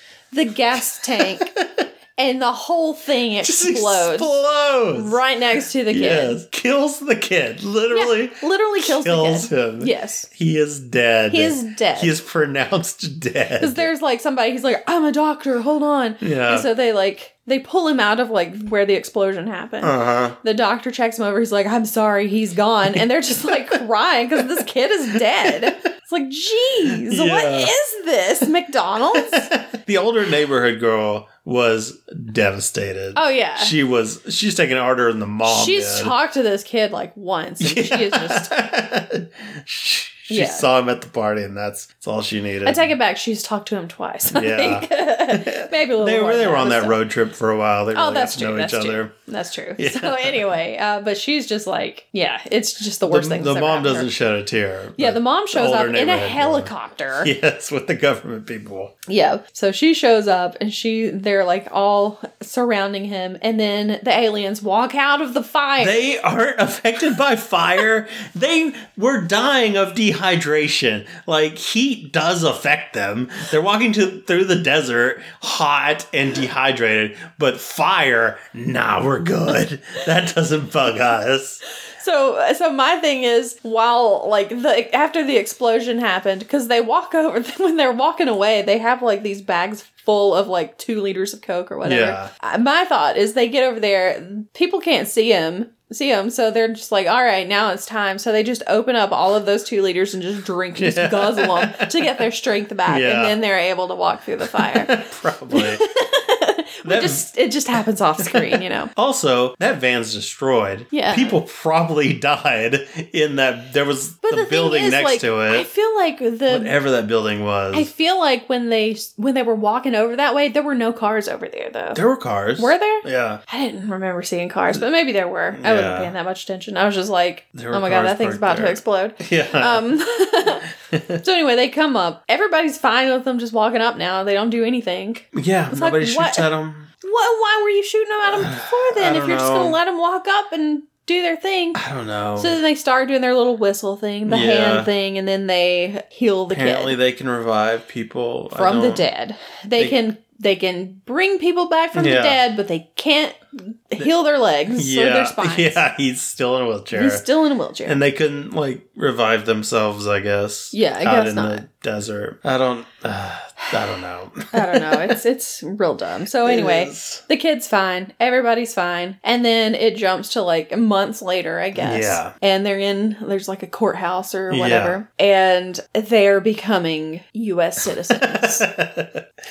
<laughs> the gas tank and the whole thing just explodes explodes. right next to the kid. Yes. Kills the kid. Literally. Yeah, literally kills, kills the kid. him. Yes. He is dead. He is dead. He is pronounced dead. Because there's like somebody, he's like, I'm a doctor, hold on. Yeah. And so they like, they pull him out of like where the explosion happened. uh-huh. The doctor checks him over. He's like, I'm sorry, he's gone. And they're <laughs> just like crying because this kid is dead. It's like, geez, what Yeah. is this? McDonald's? <laughs> the older neighborhood girl was devastated. Oh, yeah. She was she's taking harder than the mom. She's did. talked to this kid like once. And She is <laughs> just. she she Yeah. saw him at the party and that's that's all she needed. I take it back. She's talked to him twice. <laughs> I Yeah. think. Maybe a little. They more were they than were on that but road trip for a while. They still. really Oh, that's got to true. know That's each true. other. <laughs> That's true. Yeah. So anyway, uh, but she's just like, yeah, it's just the The, worst thing. the that's ever mom happened to her. doesn't shed a tear. Yeah, but the mom shows older up in a neighborhood girl. helicopter. <laughs> Yes, with the government people. Yeah. So she shows up and she they're like all surrounding him and then the aliens walk out of the fire. They aren't affected by fire. they were dying of dehydration. Like heat does affect them. They're walking to through the desert, hot and dehydrated. But fire, nah, we're good. <laughs> That doesn't bug us. so so my thing is while like the after the explosion happened cuz they walk <laughs> over when they're walking away they have like these bags full of like 2 liters of coke or whatever. Yeah. Uh, My thought is they get over there people can't see him. See him, so they're just like, all right, now it's time. So they just open up all of those two liters and just drink, just Yeah. guzzle <laughs> them to get their strength back, Yeah. and then they're able to walk through the fire. <laughs> Probably. <laughs> That- just it just happens off screen, you know. also, that van's destroyed. Yeah. People probably died in that. There was But the, the, building thing is, next like, to I it. feel like the Whatever that building was. I feel like when they when they were walking over that way, there were no cars over there though. there were cars. were there? Yeah. <laughs> I didn't remember seeing cars, but maybe there were. I Yeah. wasn't paying that much attention. I was just like, There were oh my god, cars that thing's parked about there. to explode. Yeah. Um, <laughs> so anyway, they come up. Everybody's fine with them just walking up now. They don't do anything. yeah. it's like, Nobody shoots what- at them. What? Why were you shooting them <sighs> at them before then? I If don't you're just gonna know. let them walk up and do their thing, I don't know. So then they start doing their little whistle thing, the Yeah. hand thing, and then they heal the Apparently, kid they can revive people I from the don't- dead. They, they- can they can bring people back from Yeah. the dead, but they can't heal their legs Yeah, <laughs> or their spines. yeah, he's still in a wheelchair, He's still in a wheelchair. and they couldn't like revive themselves. I guess. Yeah, I out guess in the desert. I don't. Uh, I don't know. I don't know. It's it's real dumb. <sighs> <laughs> So It anyway, is- the kid's fine. Everybody's fine. And then it jumps to like months later, I guess. Yeah. And they're in there's like a courthouse or Yeah. whatever. And they're becoming <laughs> US citizens.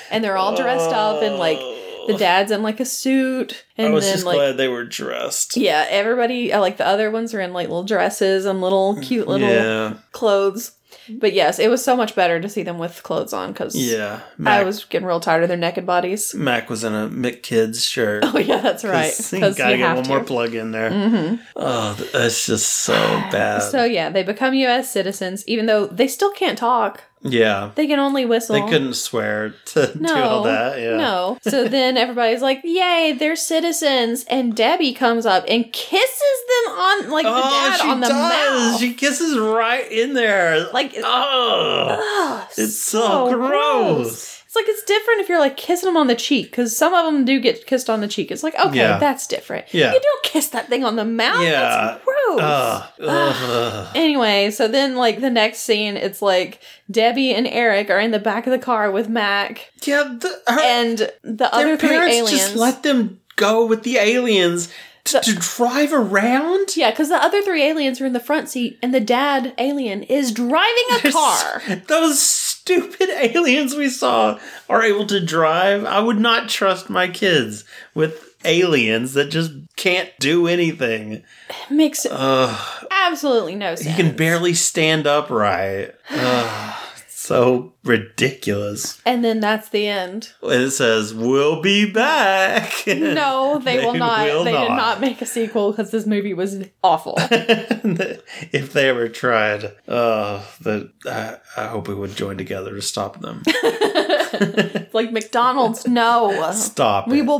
and they're all dressed up and like the dad's in like a suit and Oh. I was then just like glad they were dressed. yeah everybody uh, like the other ones are in like little dresses and little cute little Mm, yeah, clothes but yes it was so much better to see them with clothes on because yeah. i Mac, was getting real tired of their naked bodies <laughs> Mac was in a McKids shirt. oh yeah that's <laughs> right you because you gotta get have one to more plug in there. Mhm. Oh, th- it's just so bad. <sighs> so yeah they become us citizens even though they still can't talk yeah, they can only whistle they couldn't swear to <laughs> no, do all that. Yeah. no. <laughs> So then everybody's like, "Yay, they're citizens!" And Debbie comes up and kisses them on, like the dad on the mouth. Oh, She kisses right in there. Like, oh, ugh, it's so, gross. It's like it's different if you're like kissing them on the cheek because some of them do get kissed on the cheek. It's like okay, Yeah. that's different. Yeah. you don't kiss that thing on the mouth. Yeah. that's gross. Ugh. Ugh. Anyway, so then like the next scene, it's like Debbie and Eric are in the back of the car with Mac Yeah, the, her, and the their other three parents aliens. just let them go with the aliens to, The- to drive around. Yeah, because the other three aliens are in the front seat, and the dad alien is driving a There's- car. Those stupid aliens we saw are able to drive. I would not trust my kids with aliens that just can't do anything. Makes Ugh. absolutely no sense. He can barely stand upright. Ugh, it's so ridiculous. And then that's the end. It says, We'll be back. No, they, will not. will they did not make a sequel because this movie was awful. <laughs> <laughs> if they ever tried, uh, that I, I hope we would join together to stop <laughs> them. It's like McDonald's, no. Stop. We it. will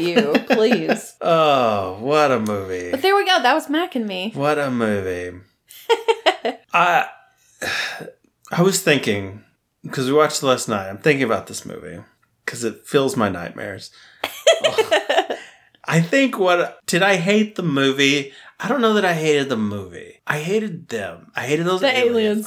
<laughs> you, please. Oh, what a movie! but there we go. That was Mac and me. What a movie! I <sighs> I was thinking because we watched it last night. I'm thinking about this movie because it fills my nightmares. Oh. <laughs> I think what did I hate the movie? I don't know that I hated the movie. I hated them. I hated those The aliens,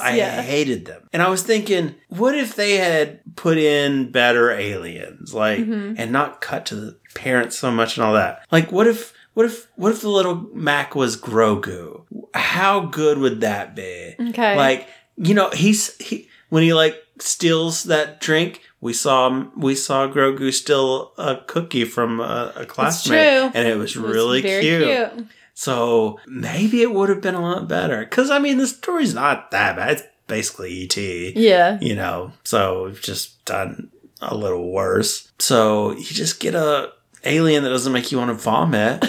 aliens. I yeah. hated them. And I was thinking, what if they had put in better aliens, like, Mm-hmm. and not cut to the parents so much and all that? Like, what if, what if, what if the little Mac was Grogu? How good would that be? Okay. Like, you know, he's he when he like steals that drink. We saw him- we saw Grogu steal a cookie from a, a classmate, true. and it was It was really very cute. So maybe it would have been a lot better. Because I mean, the story's not that bad. It's basically E ET, Yeah. you know. So it's just done a little worse. So you just get a alien that doesn't make you want to vomit.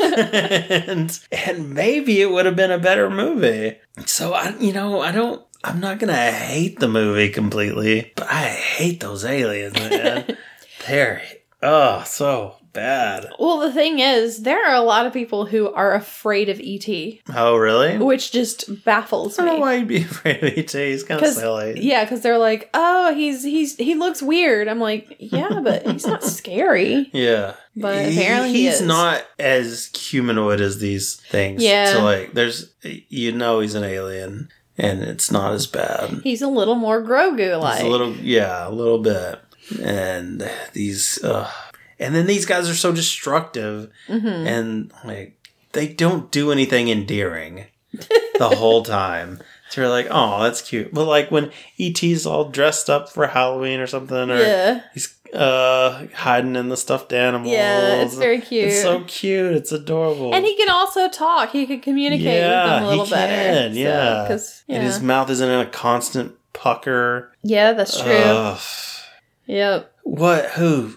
<laughs> and and maybe it would have been a better movie. So I you know, I don't I'm not gonna hate the movie completely, but I hate those aliens, <laughs> man. They're oh so bad. Well, the thing is, there are a lot of people who are afraid of ET, Oh really? which just baffles I don't know me. why you'd be <laughs> afraid of ET. He's kind of 'Cause- silly. Yeah, because they're like, "Oh, he's he's he looks weird." I'm like, "Yeah, <laughs> but he's not scary." Yeah, But apparently he he's is. not as humanoid as these things. Yeah. so like, there's you know he's an alien, and it's not as bad. He's a little more Grogu It's like. a little, yeah, a little bit. And these, uh, and then these guys are so destructive, Mm-hmm. and like they don't do anything <laughs> endearing the whole time. So you're like, oh, that's cute. But like when ET's all dressed up for Halloween or something, or Yeah. he's uh hiding in the stuffed animals. Yeah, it's very cute. It's so cute. It's adorable. and he can also talk. He can communicate with Yeah, them a little he better. can, yeah. Because yeah. and his mouth isn't in a constant pucker. yeah, that's true. Ugh. yep. What? Who?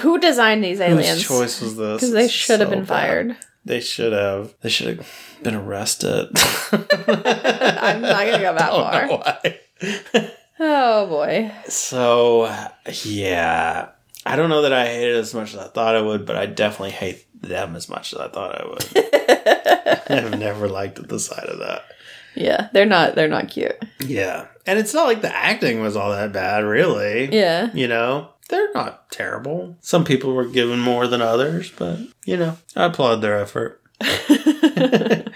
Who designed these aliens? Whose choice was this? Because they It's should have so been bad. <laughs> fired. They should have. They should have been arrested. <laughs> I'm I'm not gonna go that far. Oh boy. So yeah, I don't know that I hated it as much as I thought I would, but I definitely hate them as much as I thought I would. <laughs> I've never liked the side of that. Yeah, they're not. They're not cute. Yeah, and it's not like the acting was all that bad, really. <laughs> Yeah. You know, they're not terrible. Some people were given more than others, but you know, I applaud their effort. but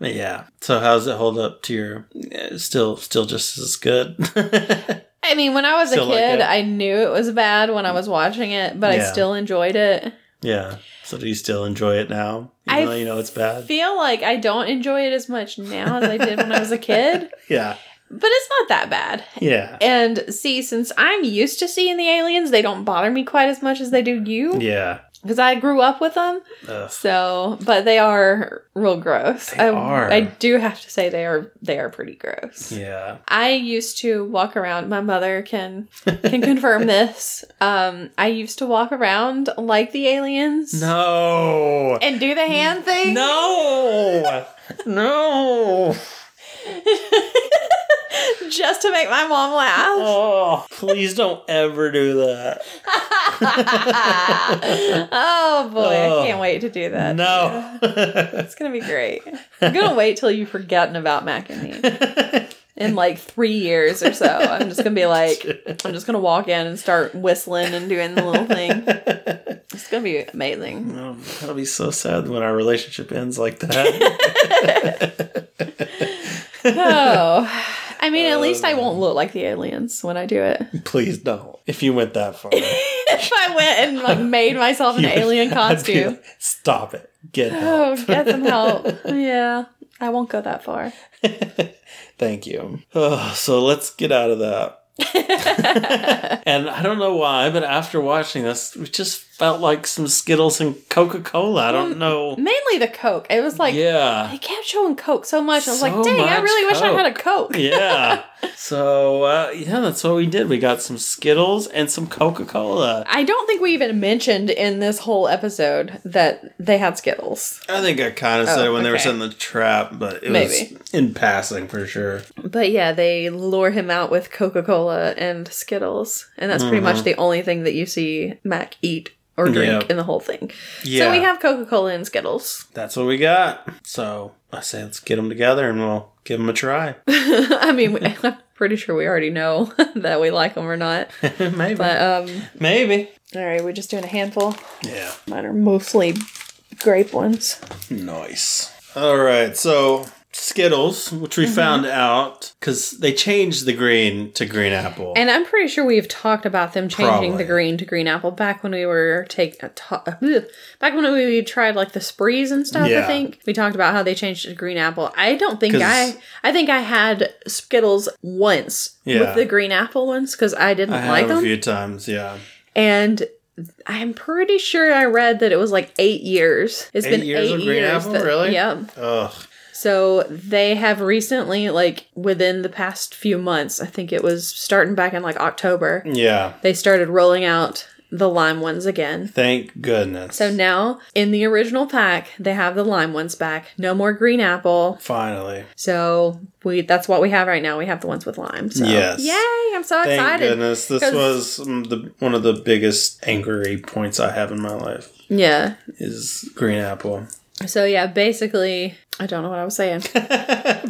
yeah, so how's it hold up to your? eh, Still, still just as good. <laughs> I mean, when I was Still a like kid, it. I knew it was bad when I was watching it, but I Yeah. still enjoyed it. yeah. So do you still enjoy it now? Even I though you know it's I bad. feel like I don't enjoy it as much now as I did when I was <laughs> a kid, Yeah. but it's not that bad. Yeah. And see, since I'm used to seeing the aliens, they don't bother me quite as much as they do you Yeah. because I grew up with them. Ugh. So, but they are real gross. They I, are. I do have to say they are they are pretty gross. Yeah. I used to walk around. My mother can <laughs> can confirm this. Um, I used to walk around like the aliens No. and do the hand thing. No. no. just to make my mom laugh. Oh, please don't ever do that. <laughs> oh boy, Oh. I can't wait to do that. <laughs> No. It's gonna be great. <laughs> I'm gonna wait till you've forgotten about Mac and me <laughs> in like three years or so. I'm just gonna be like, I'm just gonna walk in and start whistling and doing the <laughs> little thing. It's gonna be amazing. Oh, that'll be so sad when our relationship ends like that. Oh, I mean, at least I Um. won't look like the aliens when I do it. <laughs> Please don't. If you went that <laughs> far, an if I went and like made myself <laughs> an alien costume. Stop it. Get <gasps> help. Oh, get some <laughs> help. Yeah, I won't go that far. Thank you. Oh, so let's get <laughs> out of that. and I don't know why, but after watching this, we just felt like some Skittles and Coca Cola. I don't <laughs> know. Mainly the Coke. It was like yeah. they kept showing Coke so much. I was So like, dang, I much really wish I had a <laughs> Coke. Yeah. so uh, yeah, that's what we did. We got some Skittles and some Coca Cola. I don't think we even mentioned in this whole episode that they had Skittles. I think I kind of said it when they were Oh, okay. setting the trap, but it Maybe. was in passing for sure. But yeah, they lure him out with Coca Cola and Skittles. And that's pretty much the only thing that you see Mac eat or drink Mm-hmm. Yeah. in the whole thing. Yeah. So we have Coca Cola and Skittles. <laughs> That's what we got. So I say let's get them together and we'll give them a try. <laughs> I mean, <laughs> we- I'm pretty sure we already know <laughs> that we like them or not. Maybe. But, um, Maybe. all right, we're just doing a handful. Yeah. Mine are mostly grape ones. Nice. All right. So Skittles, which Mm-hmm. we found out because they changed the green to green apple. And I'm pretty sure we've talked about them changing Probably. the green to green apple back when we were take uh, ta- uh, back when we tried like the sprees and stuff. I Yeah. think we talked about how they changed it to green apple. I don't think 'Cause- I I think I had Skittles once Yeah. with the green apple ones because I didn't I had like them a them, few times. Yeah. and I'm pretty sure I read that it was like eight years. It's Eight been years eight of green years. apple? that- Really? Yeah. Ugh. So they have recently, like within the past few months, I think it was starting back in like October, Yeah. they started rolling out the lime ones again. Thank goodness. So now in the original pack, they have the lime ones back. No more green apple. finally. So we that's what we have right now. We have the ones with lime. So Yes. yay, I'm so Thank excited. goodness. This 'Cause- was um, the one of the biggest angry points I have in my life Yeah. is green apple. So yeah, basically I don't know what I was saying.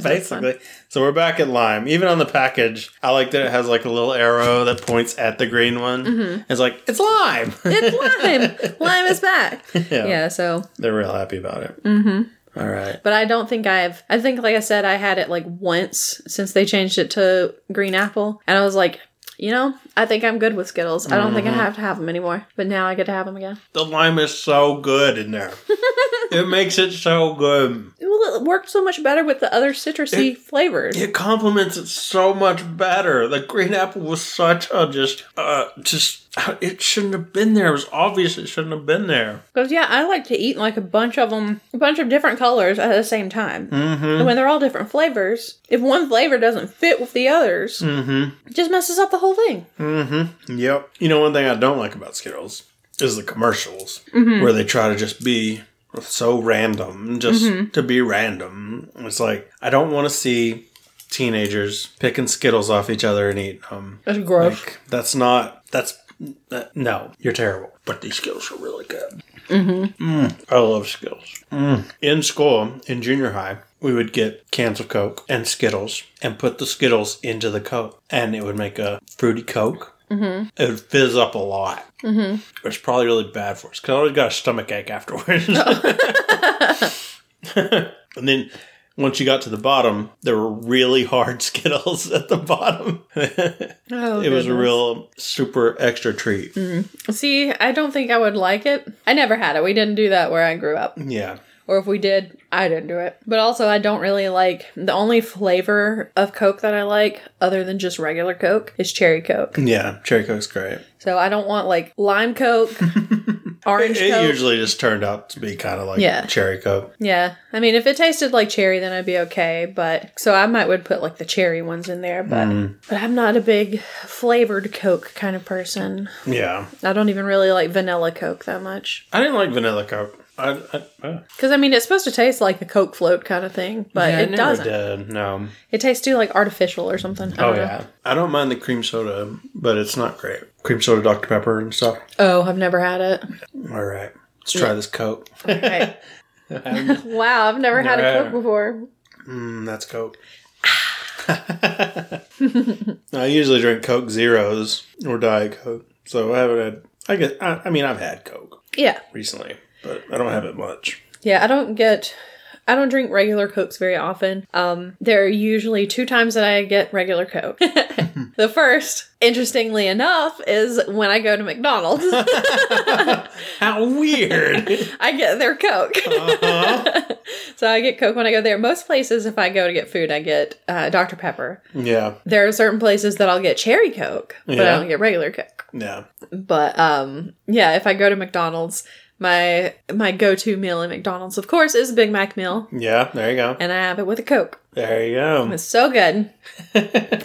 Basically. So we're back at lime. Even on the package, I like that it has like a little arrow that points at the green one. It's like, it's lime. it's lime. Lime is back. <laughs> Yeah. yeah, so They're real happy about it. Mm-hmm. All right. But I don't think I've. I think, like I said, I had it like once since they changed it to green apple, and I was like, you know, I think I'm good with Skittles. I don't think I Mm-hmm. have to have them anymore. But now I get to have them again. The lime is so good in <laughs> there. it makes it so good. Well, it worked so much better with the other citrusy flavors. It complements it so much better. The green apple was such a just, uh, just, it shouldn't have been there. It was obvious it shouldn't have been there. Because yeah, I like to eat like a bunch of them, a bunch of different colors at the same time. Mm-hmm. And when they're all different flavors, if one flavor doesn't fit with the others, Mm-hmm. it just messes up the whole thing. Yep. You know, one thing I don't like about Skittles is the commercials where they try to just be so random, just to be random. It's like, I don't want to see teenagers picking Skittles off each other and eating them. That's gross. Like, that's not, that's, that, no, you're terrible. But these Skittles are really good. Mm, I love Skittles. Mm. In school, in junior high, we would get cans of Coke and Skittles and put the Skittles into the Coke, and it would make a fruity Coke. Mm-hmm. It would fizz up a lot. Mm-hmm. It's probably really bad for us because I always got a stomach ache <laughs> afterwards. and then once you got to the bottom, there were really hard <laughs> Skittles at the bottom. oh, It was a goodness. Mm. real super extra treat. See, I don't think I would like it. I never had it. We didn't do that where I grew up. Yeah. Or if we did, I didn't do it. But also, I don't really like the only flavor of Coke that I like, other than just regular Coke, is cherry Coke. Yeah. Cherry Coke's great. So I don't want like <laughs> lime Coke, orange It Coke. usually just turned out to be kind of like Yeah. Cherry Coke. yeah. I mean, if it tasted like cherry, then I'd be okay. But so I might would put like the cherry ones in there. But, Mm. but I'm not a big flavored Coke kind of person. Yeah. I don't even really like vanilla Coke that much. I didn't like vanilla Coke. I, I, uh, Because I mean, it's supposed to taste like a Coke float kind of thing, but yeah, I it never doesn't. Uh-huh. did. No. It tastes too like artificial or something. I Oh, don't know. yeah. I don't mind the cream soda, but it's not great. Cream soda, Dr. Pepper, and stuff. Oh, I've never had it. All right. Let's try this Coke. Okay. <laughs> wow, I've never had a Never. Coke before. Mm, that's <laughs> Coke. <laughs> I usually drink Coke Zeros or Diet Coke. So I haven't had, I guess, I, I mean, I've had Coke Yeah, recently, but I don't have it much. yeah. I don't get. I don't drink regular Cokes very often. Um, there are usually two times that I get regular Coke. <laughs> the first, interestingly enough, is when I go to McDonald's. How weird. <laughs> I get their Coke. <laughs> So I get Coke when I go there. Most places, if I go to get food, I get uh, Dr. Pepper. Yeah. There are certain places that I'll get cherry Coke, but I Yeah. don't get regular Coke. Yeah. But um, yeah, if I go to McDonald's, my my go to meal in McDonald's, of course, is a Big Mac meal, Yeah. There you go. and I have it with a Coke. There you go. It's <laughs> so good,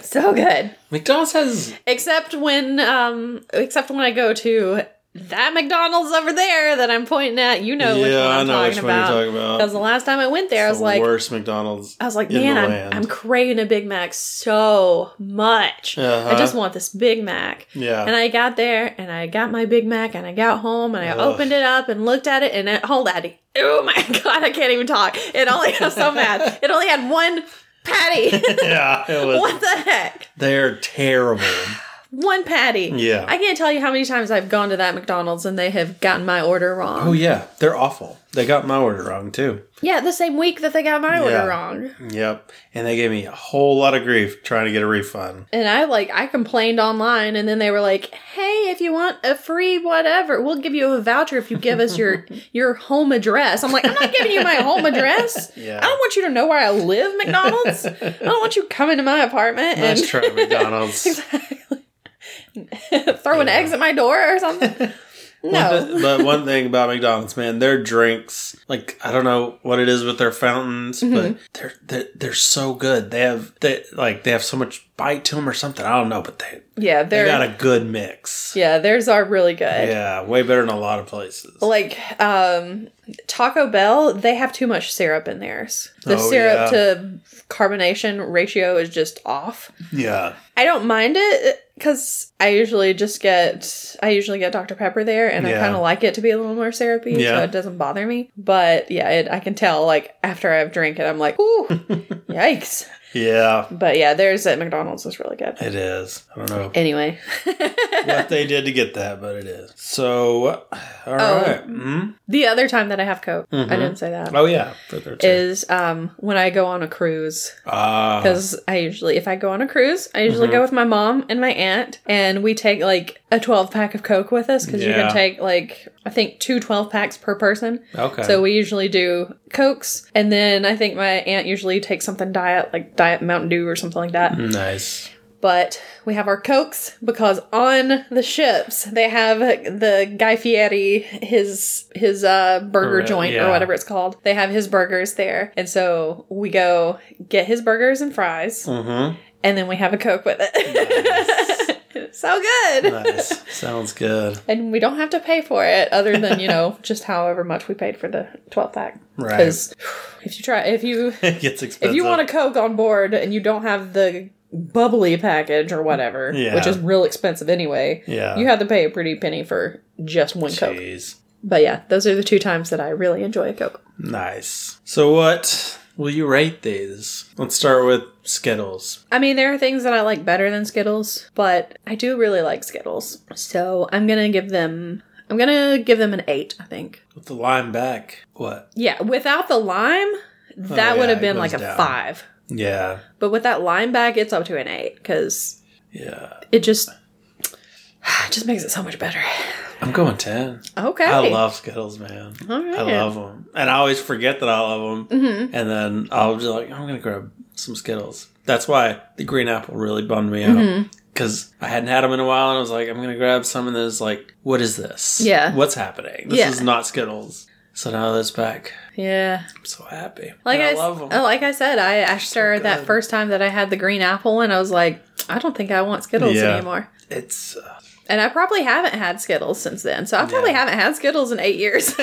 so good. McDonald's has Except when um, except when I go to that McDonald's over there that I'm pointing at. You know which one I'm talking about. you're talking about. Because the last time I went there, I It's was the like, worst McDonald's. I was like, in the man, I'm, land." I'm craving a Big Mac so much. I Uh-huh. just want this Big Mac. Yeah. <laughs> And I got there and I got my Big Mac and I got home and I Ugh. opened it up and looked at it and it, hold at it. Oh my <laughs> God, I can't even talk. It only, <laughs> I'm so mad. It only had one patty. <laughs> yeah. It was. what the heck? They're terrible. One patty. Yeah. I can't tell you how many times I've gone to that McDonald's and they have gotten my order wrong. Oh yeah, they're awful. They got my order wrong too. yeah, the same week that they got my order Yeah. wrong. Yep, and they gave me a whole lot of grief trying to get a refund. And I like I complained online and then they were like, "Hey, if you want a free whatever, we'll give you a voucher if you give <laughs> us your your home address." I'm like, "I'm not giving you my home address. Yeah. I don't want you to know where <laughs> I live, McDonald's. I don't want you coming to my apartment Nice and <laughs> try, McDonald's. throwing eggs at my door or something." One thi- No. but one thing about McDonald's, man, their drinks, like I don't know what it is with their fountains, Mm-hmm. but they're, they're they're so good. They have they like they have so much bite to them or something. I don't know, but <laughs> they Yeah, they they're got a good mix. Yeah, theirs are really good. Yeah, way better than a lot of places. like um taco bell they have too much syrup in theirs the Oh, syrup yeah. to carbonation ratio is just off Yeah, i don't mind it because i usually just get i usually get dr pepper there and i Yeah. kind of like it to be a little more syrupy so Yeah. it doesn't bother me but yeah it, i can tell like after i've drank it i'm <laughs> like ooh yikes yeah, but yeah theirs at mcdonald's is really good it is. I don't <laughs> know anyway what they did to get that, but it is. So, all right. Oh. Mm? the other time that i have coke Mhm. i didn't say that. Is Oh yeah, for their turn. um when i go on a cruise Ah, because I usually, if I go on a cruise, I usually Mm-hmm. go with my mom and my aunt, and we take like a 12 pack of Coke with us because you Yeah. can take like, I think, two 12 packs per person. okay. So we usually do Cokes, and then I think my aunt usually takes something diet, like Diet Mountain Dew or something like Mm-hmm. that. nice. But we have our Cokes because on the ships they have the Guy Fieri his his uh, burger Or, uh, joint or yeah. whatever it's called. They have his burgers there, and so we go get his burgers and fries Mm-hmm. and then we have a coke with it. <laughs> so good. <laughs> Nice. Sounds good. And we don't have to pay for it other than, you know, just however much we paid for the 12 pack. Right. Cuz if you try if you <laughs> it gets expensive. if you want a coke on board and you don't have the bubbly package or whatever, Yeah. which is real expensive anyway, yeah. you have to pay a pretty penny for just one coke. Jeez. But yeah, those are the two times that I really enjoy a coke. Nice. So what will you rate these? Let's start with Skittles. I mean, there are things that I like better than Skittles, but I do really like Skittles. So I'm gonna give them. I'm gonna give them an eight. I think. With the lime back. What? Yeah, without the lime, that Oh, yeah, would have it been goes like a down. five. Yeah. But with that lime back, it's up to an eight because Yeah. it just <sighs> it just makes it so much better. I'm going ten. Okay. I love Skittles, man. All right. Mm-hmm. I love them, and I always forget that I love them, and then I'll be like, I'm gonna grab some Skittles. That's why the green apple really bummed me Mm-hmm. out because I hadn't had them in a while, and I was like, I'm gonna grab some, and then it's like, what is this? Yeah. what's happening? This Yeah. is not Skittles. So now that's back. Yeah. I'm so happy. Like And I, I, s- love them. uh, like I said, I after that good. first time that I had the green apple, and I was like, I don't think I want Skittles Yeah. anymore. It's uh, And I probably haven't had Skittles since then. So I probably Yeah. haven't had Skittles in <laughs> eight years.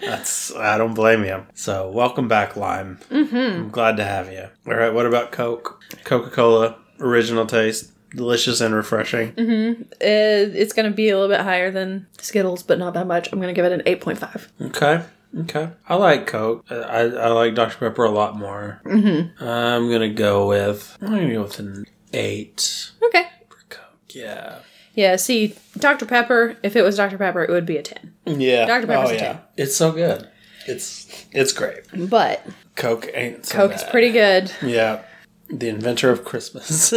that's I don't blame you. So welcome back, Lime. Mm-hmm. I'm glad to have you. All right, what about Coke? Coca Cola original taste, delicious and refreshing. Mm-hmm. it, it's going to be a little bit higher than Skittles, but not that much. I'm going to give it an 8.5. Okay. Okay. I like Coke. Uh, I, I like Dr. Pepper a lot more. Mm-hmm. I'm going to go with, I'm going to go with an eight Okay. for Coke. Yeah. Yeah, see, Dr. Pepper, if it was Dr. Pepper, it would be a 10. Yeah. Dr. Pepper's a 10. It's so good. It's, it's great. But Coke ain't so Coke's bad. <laughs> pretty good. Yeah. The inventor of Christmas.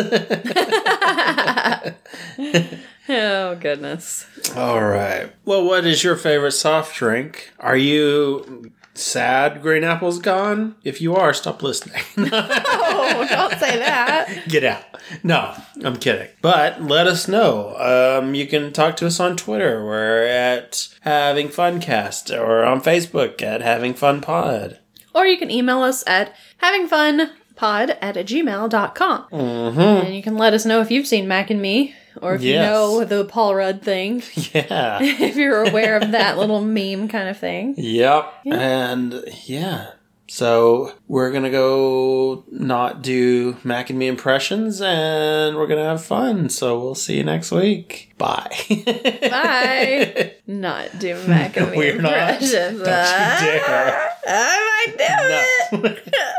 <laughs> Oh, goodness. All right. Well, what is your favorite soft drink? Are you sad green apple's gone? If you are, stop listening. <laughs> Oh, don't say that. Get out. No, I'm kidding. But let us know. Um, you can talk to us on Twitter. We're at Having Fun Cast or on Facebook at Having Fun Pod. <laughs> Or you can email us at havingfunpod at gmail.com. And you can let us know if you've seen Mac and Me or if you Mm-hmm. Yes. know the Paul Rudd thing, <laughs> Yeah. if you're aware of that little meme kind of thing. Yep. And yeah. So we're going to go not do Mac and Me impressions and we're going to have fun. So we'll see you next week. Bye. <laughs> Bye. Not do <laughs> Mac and Me We're not. impressions. <laughs> Don't you dare. <laughs> I might do it. No.